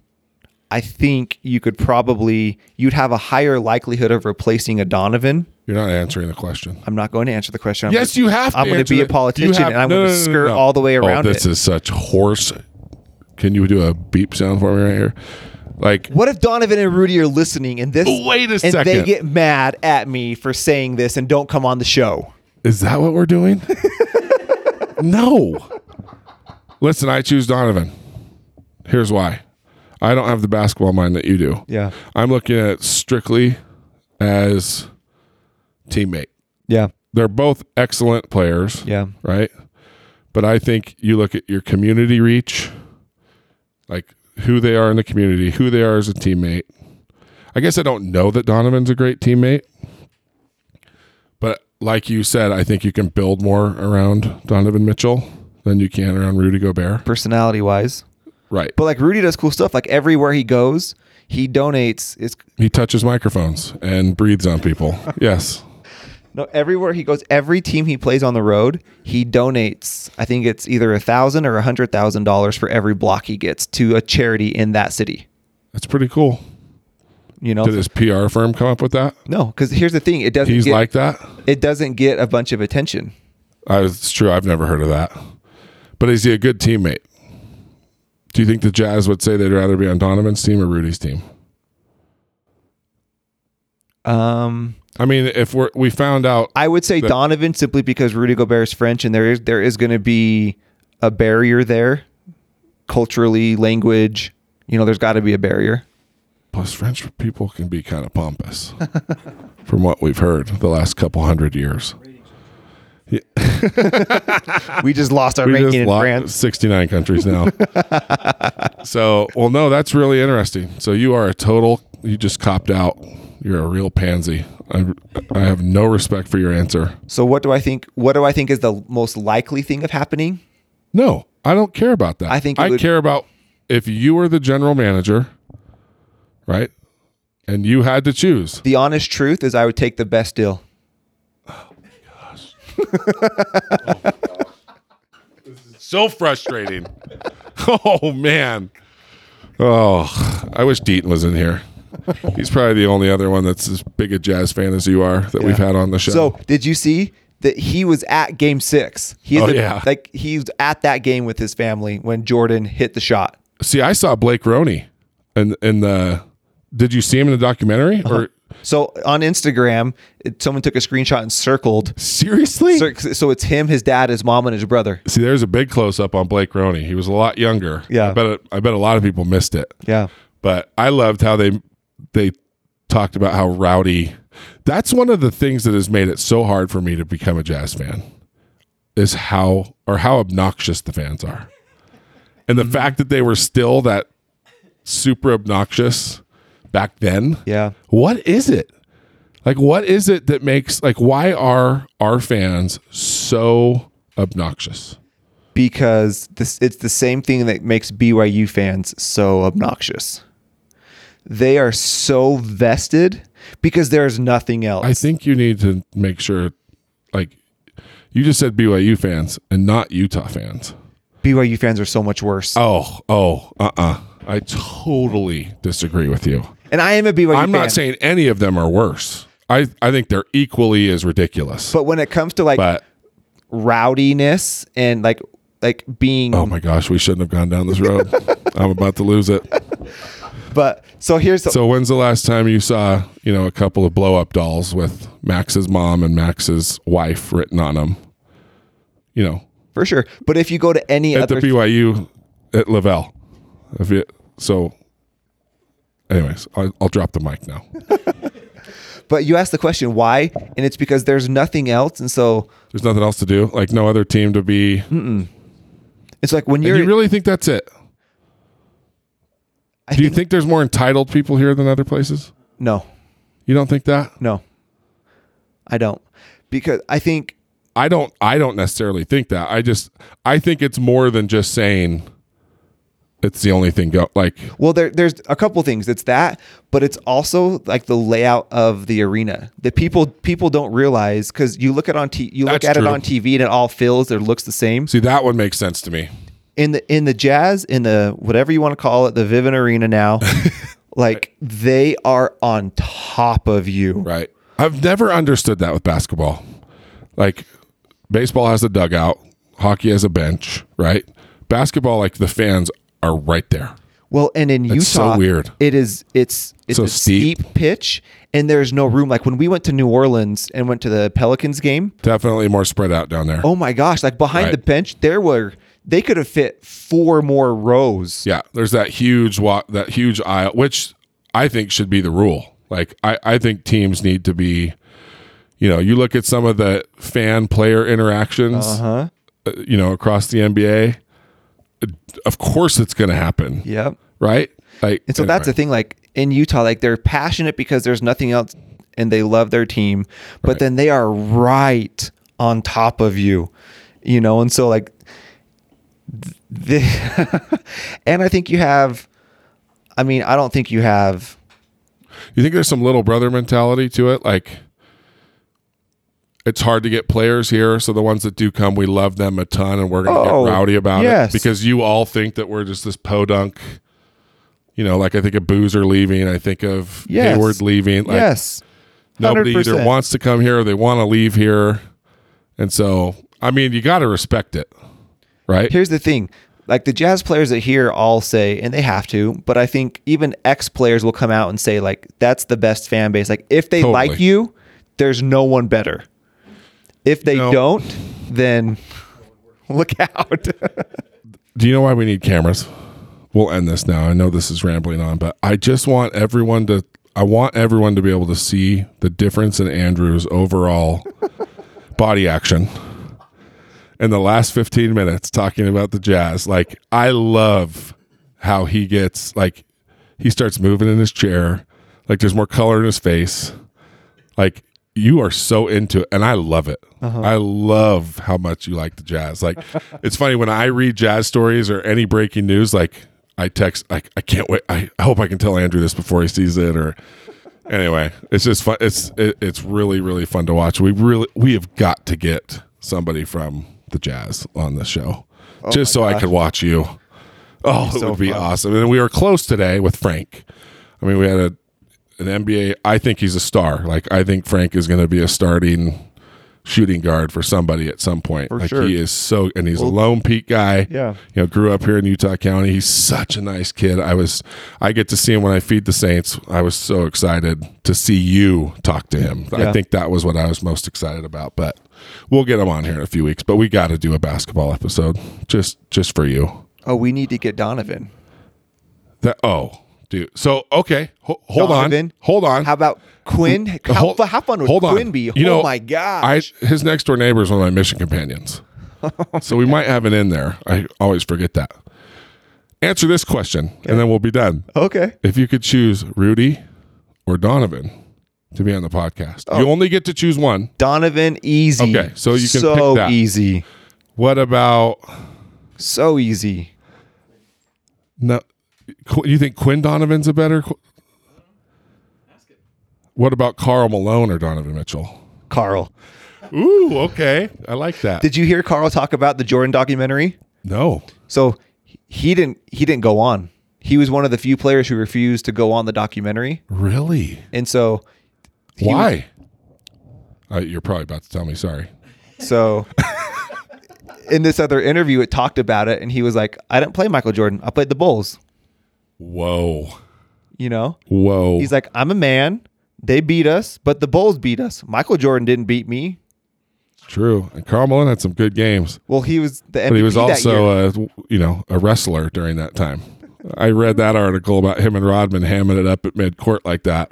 B: I think you could probably you'd have a higher likelihood of replacing a Donovan.
A: You're not answering the question.
B: I'm not going to answer the question. I'm
A: yes,
B: gonna-
A: you have.
B: I'm
A: to
B: gonna
A: answer
B: be a
A: it. You
B: politician
A: have-
B: and I'm gonna skirt all the way around
A: Oh, this
B: it.
A: is such horse. Can you do a beep sound for me right here? Like
B: What if Donovan and Rudy are listening and this
A: Wait a
B: and they
A: second.
B: get mad at me for saying this and don't come on the show?
A: Is that what we're doing? no. Listen, I choose Donovan. Here's why. I don't have the basketball mind that you do.
B: Yeah.
A: I'm looking at it strictly as teammate.
B: Yeah.
A: They're both excellent players,
B: Yeah.
A: right? But I think you look at your community reach, like who they are in the community, who they are as a teammate. I guess I don't know that Donovan's a great teammate, but like you said, I think you can build more around Donovan Mitchell than you can around Rudy Gobert.
B: Personality wise.
A: Right.
B: But like Rudy does cool stuff. Like everywhere he goes, he donates. It's
A: He touches microphones and breathes on people. yes.
B: no everywhere he goes. Every team he plays on the road, he donates. I think it's either a thousand or a hundred thousand dollars for every block he gets to a charity in that city.
A: That's pretty cool.
B: You know,
A: Did his PR firm come up with that?
B: no, because here's the thing: it doesn't
A: He's
B: get,
A: like that.
B: it doesn't get a bunch of attention.
A: I, it's true. I've never heard of that. But is he a good teammate? Do you think the Jazz would say they'd rather be on Donovan's team or Rudy's team?
B: Um,
A: I mean, if we're, we found out,
B: I would say
A: But-
B: Donovan simply because Rudy Gobert is French, and there is there is going to be a barrier there, culturally, language. You know, there's got to be a barrier.
A: plus French people can be kind of pompous from what we've heard the last couple hundred years.
B: We just lost our
A: We
B: ranking in
A: lost
B: France.
A: 69 countries now. so, well, no, that's really interesting. So you are a total, you just copped out. You're a real pansy. I, I have no respect for your answer.
B: So what do I think? What do I think is the most likely thing of happening?
A: No, I don't care about that.
B: I think it
A: I
B: would-
A: care about if you were the general manager, right? And you had to choose.
B: The honest truth is, I would take the best deal.
A: So frustrating. oh, man. Oh, I wish Deaton was in here. He's probably the only other one that's as big a jazz fan as you are that we've had on the show.
B: So did you see that he was at Game Six? He's
A: Oh,
B: a-
A: yeah.
B: like he's at that game with his family when Jordan hit the shot.
A: See, I saw Blake Roney, and in, the. Did you see him in the documentary?
B: Uh-huh.
A: Or
B: So on Instagram, it, someone took a screenshot and circled.
A: seriously?
B: So, so it's him, his dad, his mom, and his brother.
A: see, there's a big close up on Blake Roney. He was a lot younger.
B: Yeah.
A: I bet. I bet a lot of people missed it.
B: Yeah.
A: But I loved how they they talked about how rowdy. That's one of the things that has made it so hard for me to become a jazz fan is how or how obnoxious the fans are. And the fact that they were still that super obnoxious back then.
B: Yeah.
A: What is it? Like what is it that makes like why are our fans so obnoxious?
B: Because this it's the same thing that makes BYU fans so obnoxious. They are so vested because there's nothing else.
A: I think you need to make sure, like, you just said BYU fans and not Utah fans.
B: BYU fans are so much worse.
A: Oh, oh, uh, uh I totally disagree with you.
B: and I am a BYU
A: I'm
B: fan.
A: not saying any of them are worse. I I think they're equally as ridiculous. But,
B: but when it comes to like rowdiness and like like being
A: oh my gosh, we shouldn't have gone down this road. I'm about to lose it.
B: but so here's the,
A: So when's the last time you saw you know a couple of blow up dolls with Max's mom and Max's wife written on them? You know,
B: for sure. But if you go to any
A: at
B: other
A: the BYU at Lavelle. If you, so, anyways, I, I'll drop the mic now.
B: But you asked the question why, and it's because there's nothing else, and so
A: There's nothing else to do. Like no other team to be.
B: it's like when
A: Do
B: you're
A: you really think that's it?
B: I
A: do you think there's more entitled people here than other places?
B: no,
A: You don't think that?
B: no, I don't, because I think
A: I don't. I don't necessarily think that. I just. I think it's more than just saying. It's the only thing go like
B: well there there's a couple things. It's that, but it's also like the layout of the arena. The people people don't realize because you look at on t- you look
A: That's
B: at
A: true.
B: it on TV and it all feels or looks the same.
A: see that one makes sense to me.
B: in the in the jazz in the whatever you want to call it the Vivint Arena now, like they are on top of you.
A: Right. I've never understood that with basketball. Like baseball has a dugout, hockey has a bench, right? Basketball, like the fans are right there.
B: Well, and in
A: so
B: Utah,
A: weird.
B: It is. It's it's
A: So
B: a steep. pitch, and there's no room. Like when we went to New Orleans and went to the Pelicans game.
A: Definitely more spread out down there.
B: Oh my gosh! Like behind
A: Right.
B: the bench, there were they could have fit four more rows.
A: Yeah, there's that huge wa- that huge aisle, which I think should be the rule. Like I, I think teams need to be, you know, you look at some of the fan player interactions,
B: Uh-huh.
A: uh, you know, across the NBA. Of course, it's going to happen,
B: Yep.
A: right? Like,
B: And so that's the thing. Like in Utah, like they're passionate because there's nothing else and they love their team, but then they are right on top of you, you know? And so, like, th- the, and I think you have, I mean, I don't think you have,
A: You think there's some little brother mentality to it? Like, it's hard to get players here, so the ones that do come, we love them a ton, and we're going to
B: Oh,
A: get rowdy about
B: yes.
A: it because you all think that we're just this podunk. You know, like I think of Boozer leaving, I think of
B: Yes.
A: Hayward leaving. Like
B: yes.
A: nobody either
B: 100%.
A: wants to come here or they want to leave here, and so I mean, you got to respect it, right?
B: Here's the thing. Like the jazz players that hear all say, and they have to, but I think even ex players will come out and say, like, that's the best fan base. Like, if they
A: Totally.
B: like you, there's no one better. If they
A: know-
B: don't, then look out.
A: Do you know why we need cameras? We'll end this now. I know this is rambling on, but I just want everyone to I want everyone to be able to see the difference in Andrew's overall body action in the last 15 minutes talking about the jazz. Like I love how he gets like he starts moving in his chair. Like there's more color in his face. Like you are so into it, and I love it. I love how much you like the jazz. Like it's funny when I read jazz stories or any breaking news. Like I text, like I can't wait. I, I hope I can tell Andrew this before he sees it. Or anyway, it's just fun. It's it, it's really really fun to watch. We really we have got to get somebody from the jazz on the show, just so I could watch you. Oh, it would be awesome. And we were close today with Frank. I mean, we had a an NBA. I think he's a star. Like I think Frank is going to be a starting shooting guard for somebody at some point. like
B: sure.
A: he is so, and he's a lone peak guy.
B: Yeah.
A: you know, grew up here in Utah County. He's such a nice kid. I was, I get to see him when I feed the Saints. I was so excited to see you talk to him. I
B: Yeah.
A: think that was what I was most excited about. But we'll get him on here in a few weeks. But we got to do a basketball episode just just for you.
B: oh, we need to get Donovan.
A: That oh, dude. So okay, ho- hold
B: Donovan?
A: on, hold on.
B: How about Quinn?
A: The
B: How,
A: whole-
B: how fun would
A: Uh, hold on.
B: Quinn be?
A: You
B: oh
A: know,
B: my gosh.
A: I his next door neighbor is one of my mission companions, so we might have an in there. I always forget that. Answer this question, and then we'll be done.
B: okay.
A: If you could choose Rudy or Donovan to be on the podcast,
B: Oh.
A: you only get to choose one.
B: Donovan, easy.
A: Okay, so you can
B: so
A: pick that.
B: easy.
A: What about
B: So easy.
A: no? Qu- You think Quinn Donovan's a better? qu- What about Carl Malone or Donovan Mitchell?
B: Carl.
A: Ooh, okay, I like that.
B: Did you hear Carl talk about the Jordan documentary?
A: no,
B: So he didn't he didn't go on. He was one of the few players who refused to go on the documentary.
A: really?
B: And so he
A: Why? Uh, you're probably about to tell me. Sorry.
B: so in this other interview it talked about it and he was like, I didn't play Michael Jordan. I played the Bulls,
A: Whoa.
B: you know?
A: Whoa.
B: He's like, I'm a man. They beat us, but the Bulls beat us. Michael Jordan didn't beat me.
A: True. And Karl Malone had some good games,
B: Well, he was the MVP
A: but he was
B: that year.
A: also uh, a you know a wrestler during that time. I read that article about him and Rodman hamming it up at mid court like that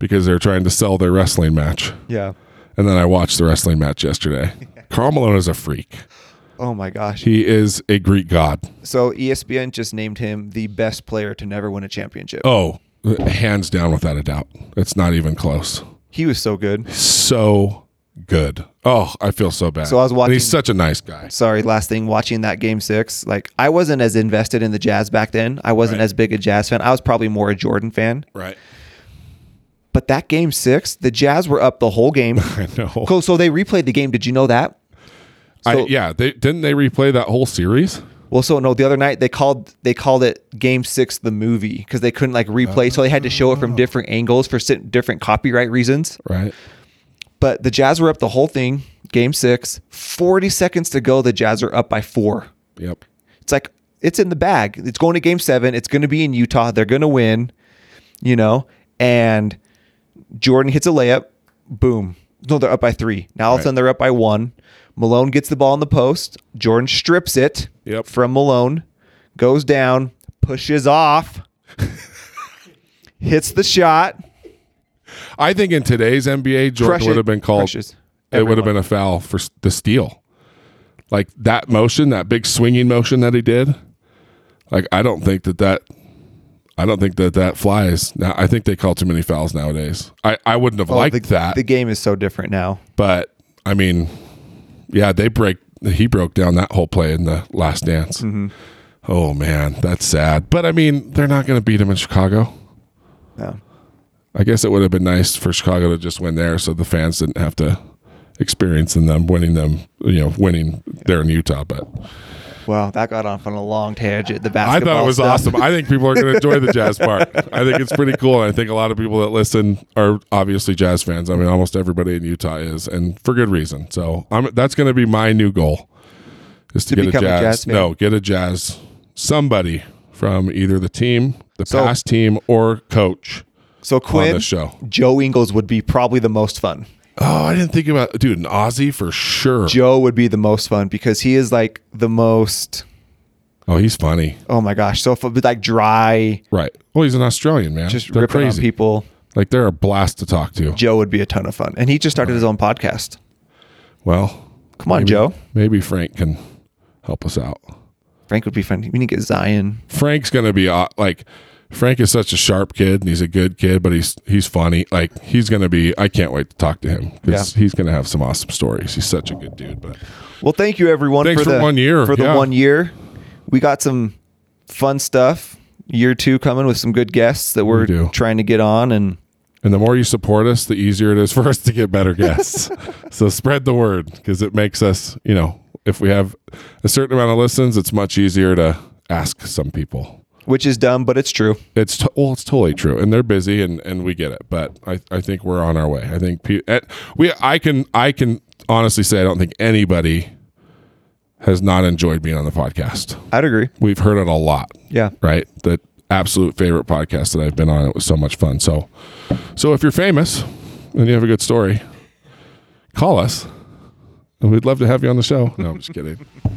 A: because they're trying to sell their wrestling match.
B: yeah.
A: And then I watched the wrestling match yesterday. Karl Malone is a freak.
B: Oh my gosh.
A: He is a Greek god.
B: So E ESPN just named him the best player to never win a championship.
A: Oh, hands down, without a doubt. It's not even close.
B: He was so good.
A: so good. Oh, I feel so bad.
B: So I was
A: And
B: watching-
A: he's such a nice guy.
B: sorry, last thing, watching that game six, like I wasn't as invested in the Jazz back then. I wasn't as big a Jazz fan. I was probably more a Jordan fan.
A: Right.
B: But that game six, the Jazz were up the whole game.
A: I know.
B: cool. So they replayed the game. Did you know that?
A: I,
B: So-
A: yeah. They didn't they replay that whole series.
B: Well, so no, the other night they called they called it Game Six the movie because they couldn't like replay, so they had to show it from different angles for si- different copyright reasons.
A: Right.
B: But the Jazz were up the whole thing. Game six, 40 seconds to go. The Jazz are up by four.
A: Yep.
B: It's like it's in the bag. It's going to game seven. It's going to be in Utah. They're going to win, you know. And Jordan hits a layup. Boom. No, they're up by three. Now all of a
A: Right.
B: sudden they're up by one. Malone gets the ball in the post. Jordan strips it
A: Yep.
B: from Malone, goes down, pushes off, hits the shot.
A: I think in today's NBA, Jordan
B: Crush
A: would
B: it.
A: have been called.
B: Crushes
A: It would have
B: everyone.
A: been a foul for s- the steal, like that motion, that big swinging motion that he did. Like I don't think that that, I don't think that that flies. Now I think they call too many fouls nowadays. I I wouldn't have
B: Oh,
A: liked
B: the,
A: that,
B: The game is so different now.
A: but I mean, yeah, they break. He broke down that whole play in the Last Dance. Oh man, that's sad. But I mean, they're not going to beat him in Chicago.
B: Yeah.
A: I guess it would have been nice for Chicago to just win there, so the fans didn't have to experience in them winning them, you know, winning there in Utah. But
B: Well, that got off on a long tangent. The
A: I
B: basketball.
A: thought it was
B: stuff.
A: awesome. I think people are going to enjoy the jazz part. I think it's pretty cool, and I think a lot of people that listen are obviously jazz fans. I mean, almost everybody in Utah is, and for good reason. So I'm, that's going to be my new goal is to,
B: To
A: get a
B: become a
A: jazz,
B: Jazz fan.
A: no, get a jazz somebody from either the team, the
B: So-
A: past team, or coach.
B: So Quinn,
A: this show.
B: Joe Ingles would be probably the most fun.
A: Oh, I didn't think about dude, an Aussie for sure.
B: Joe would be the most fun because he is like the most.
A: Oh, he's funny.
B: Oh my gosh, so fu- but like dry,
A: Right. Well, he's an Australian man.
B: just
A: they're
B: ripping
A: crazy.
B: on people.
A: Like they're a blast to talk to.
B: Joe would be a ton of fun, and he just started his own podcast.
A: Well,
B: Come on,
A: maybe-
B: Joe.
A: Maybe Frank can help us out.
B: Frank would be fun. We need to get Zion.
A: Frank's gonna be aw- like, Frank is such a sharp kid, and he's a good kid, but he's he's funny. Like he's gonna be. I can't wait to talk to him because he's gonna have some awesome stories. He's such a good dude. But
B: Well, thank you everyone
A: Thanks for
B: the
A: one year.
B: For the
A: Yeah.
B: one year, we got some fun stuff. Year two coming with some good guests that we're
A: do.
B: trying to get on, and
A: and the more you support us, the easier it is for us to get better guests. so spread the word because it makes us. You know, if we have a certain amount of listens, it's much easier to ask some people.
B: which is dumb, but it's true.
A: It's t- well, it's totally true, and they're busy, and and we get it. But I I think we're on our way. I think pe- at, we I can I can honestly say I don't think anybody has not enjoyed being on the podcast.
B: I'd agree.
A: We've heard it a lot,
B: Yeah.
A: right? The absolute favorite podcast that I've been on. It was so much fun. So so if you're famous and you have a good story, call us, and we'd love to have you on the show. No, I'm just kidding. All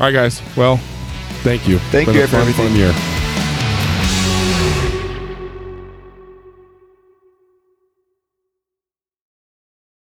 A: right, guys. Well, thank you.
B: Thank
A: Been
B: you
A: a fun,
B: for everything.
A: fun year.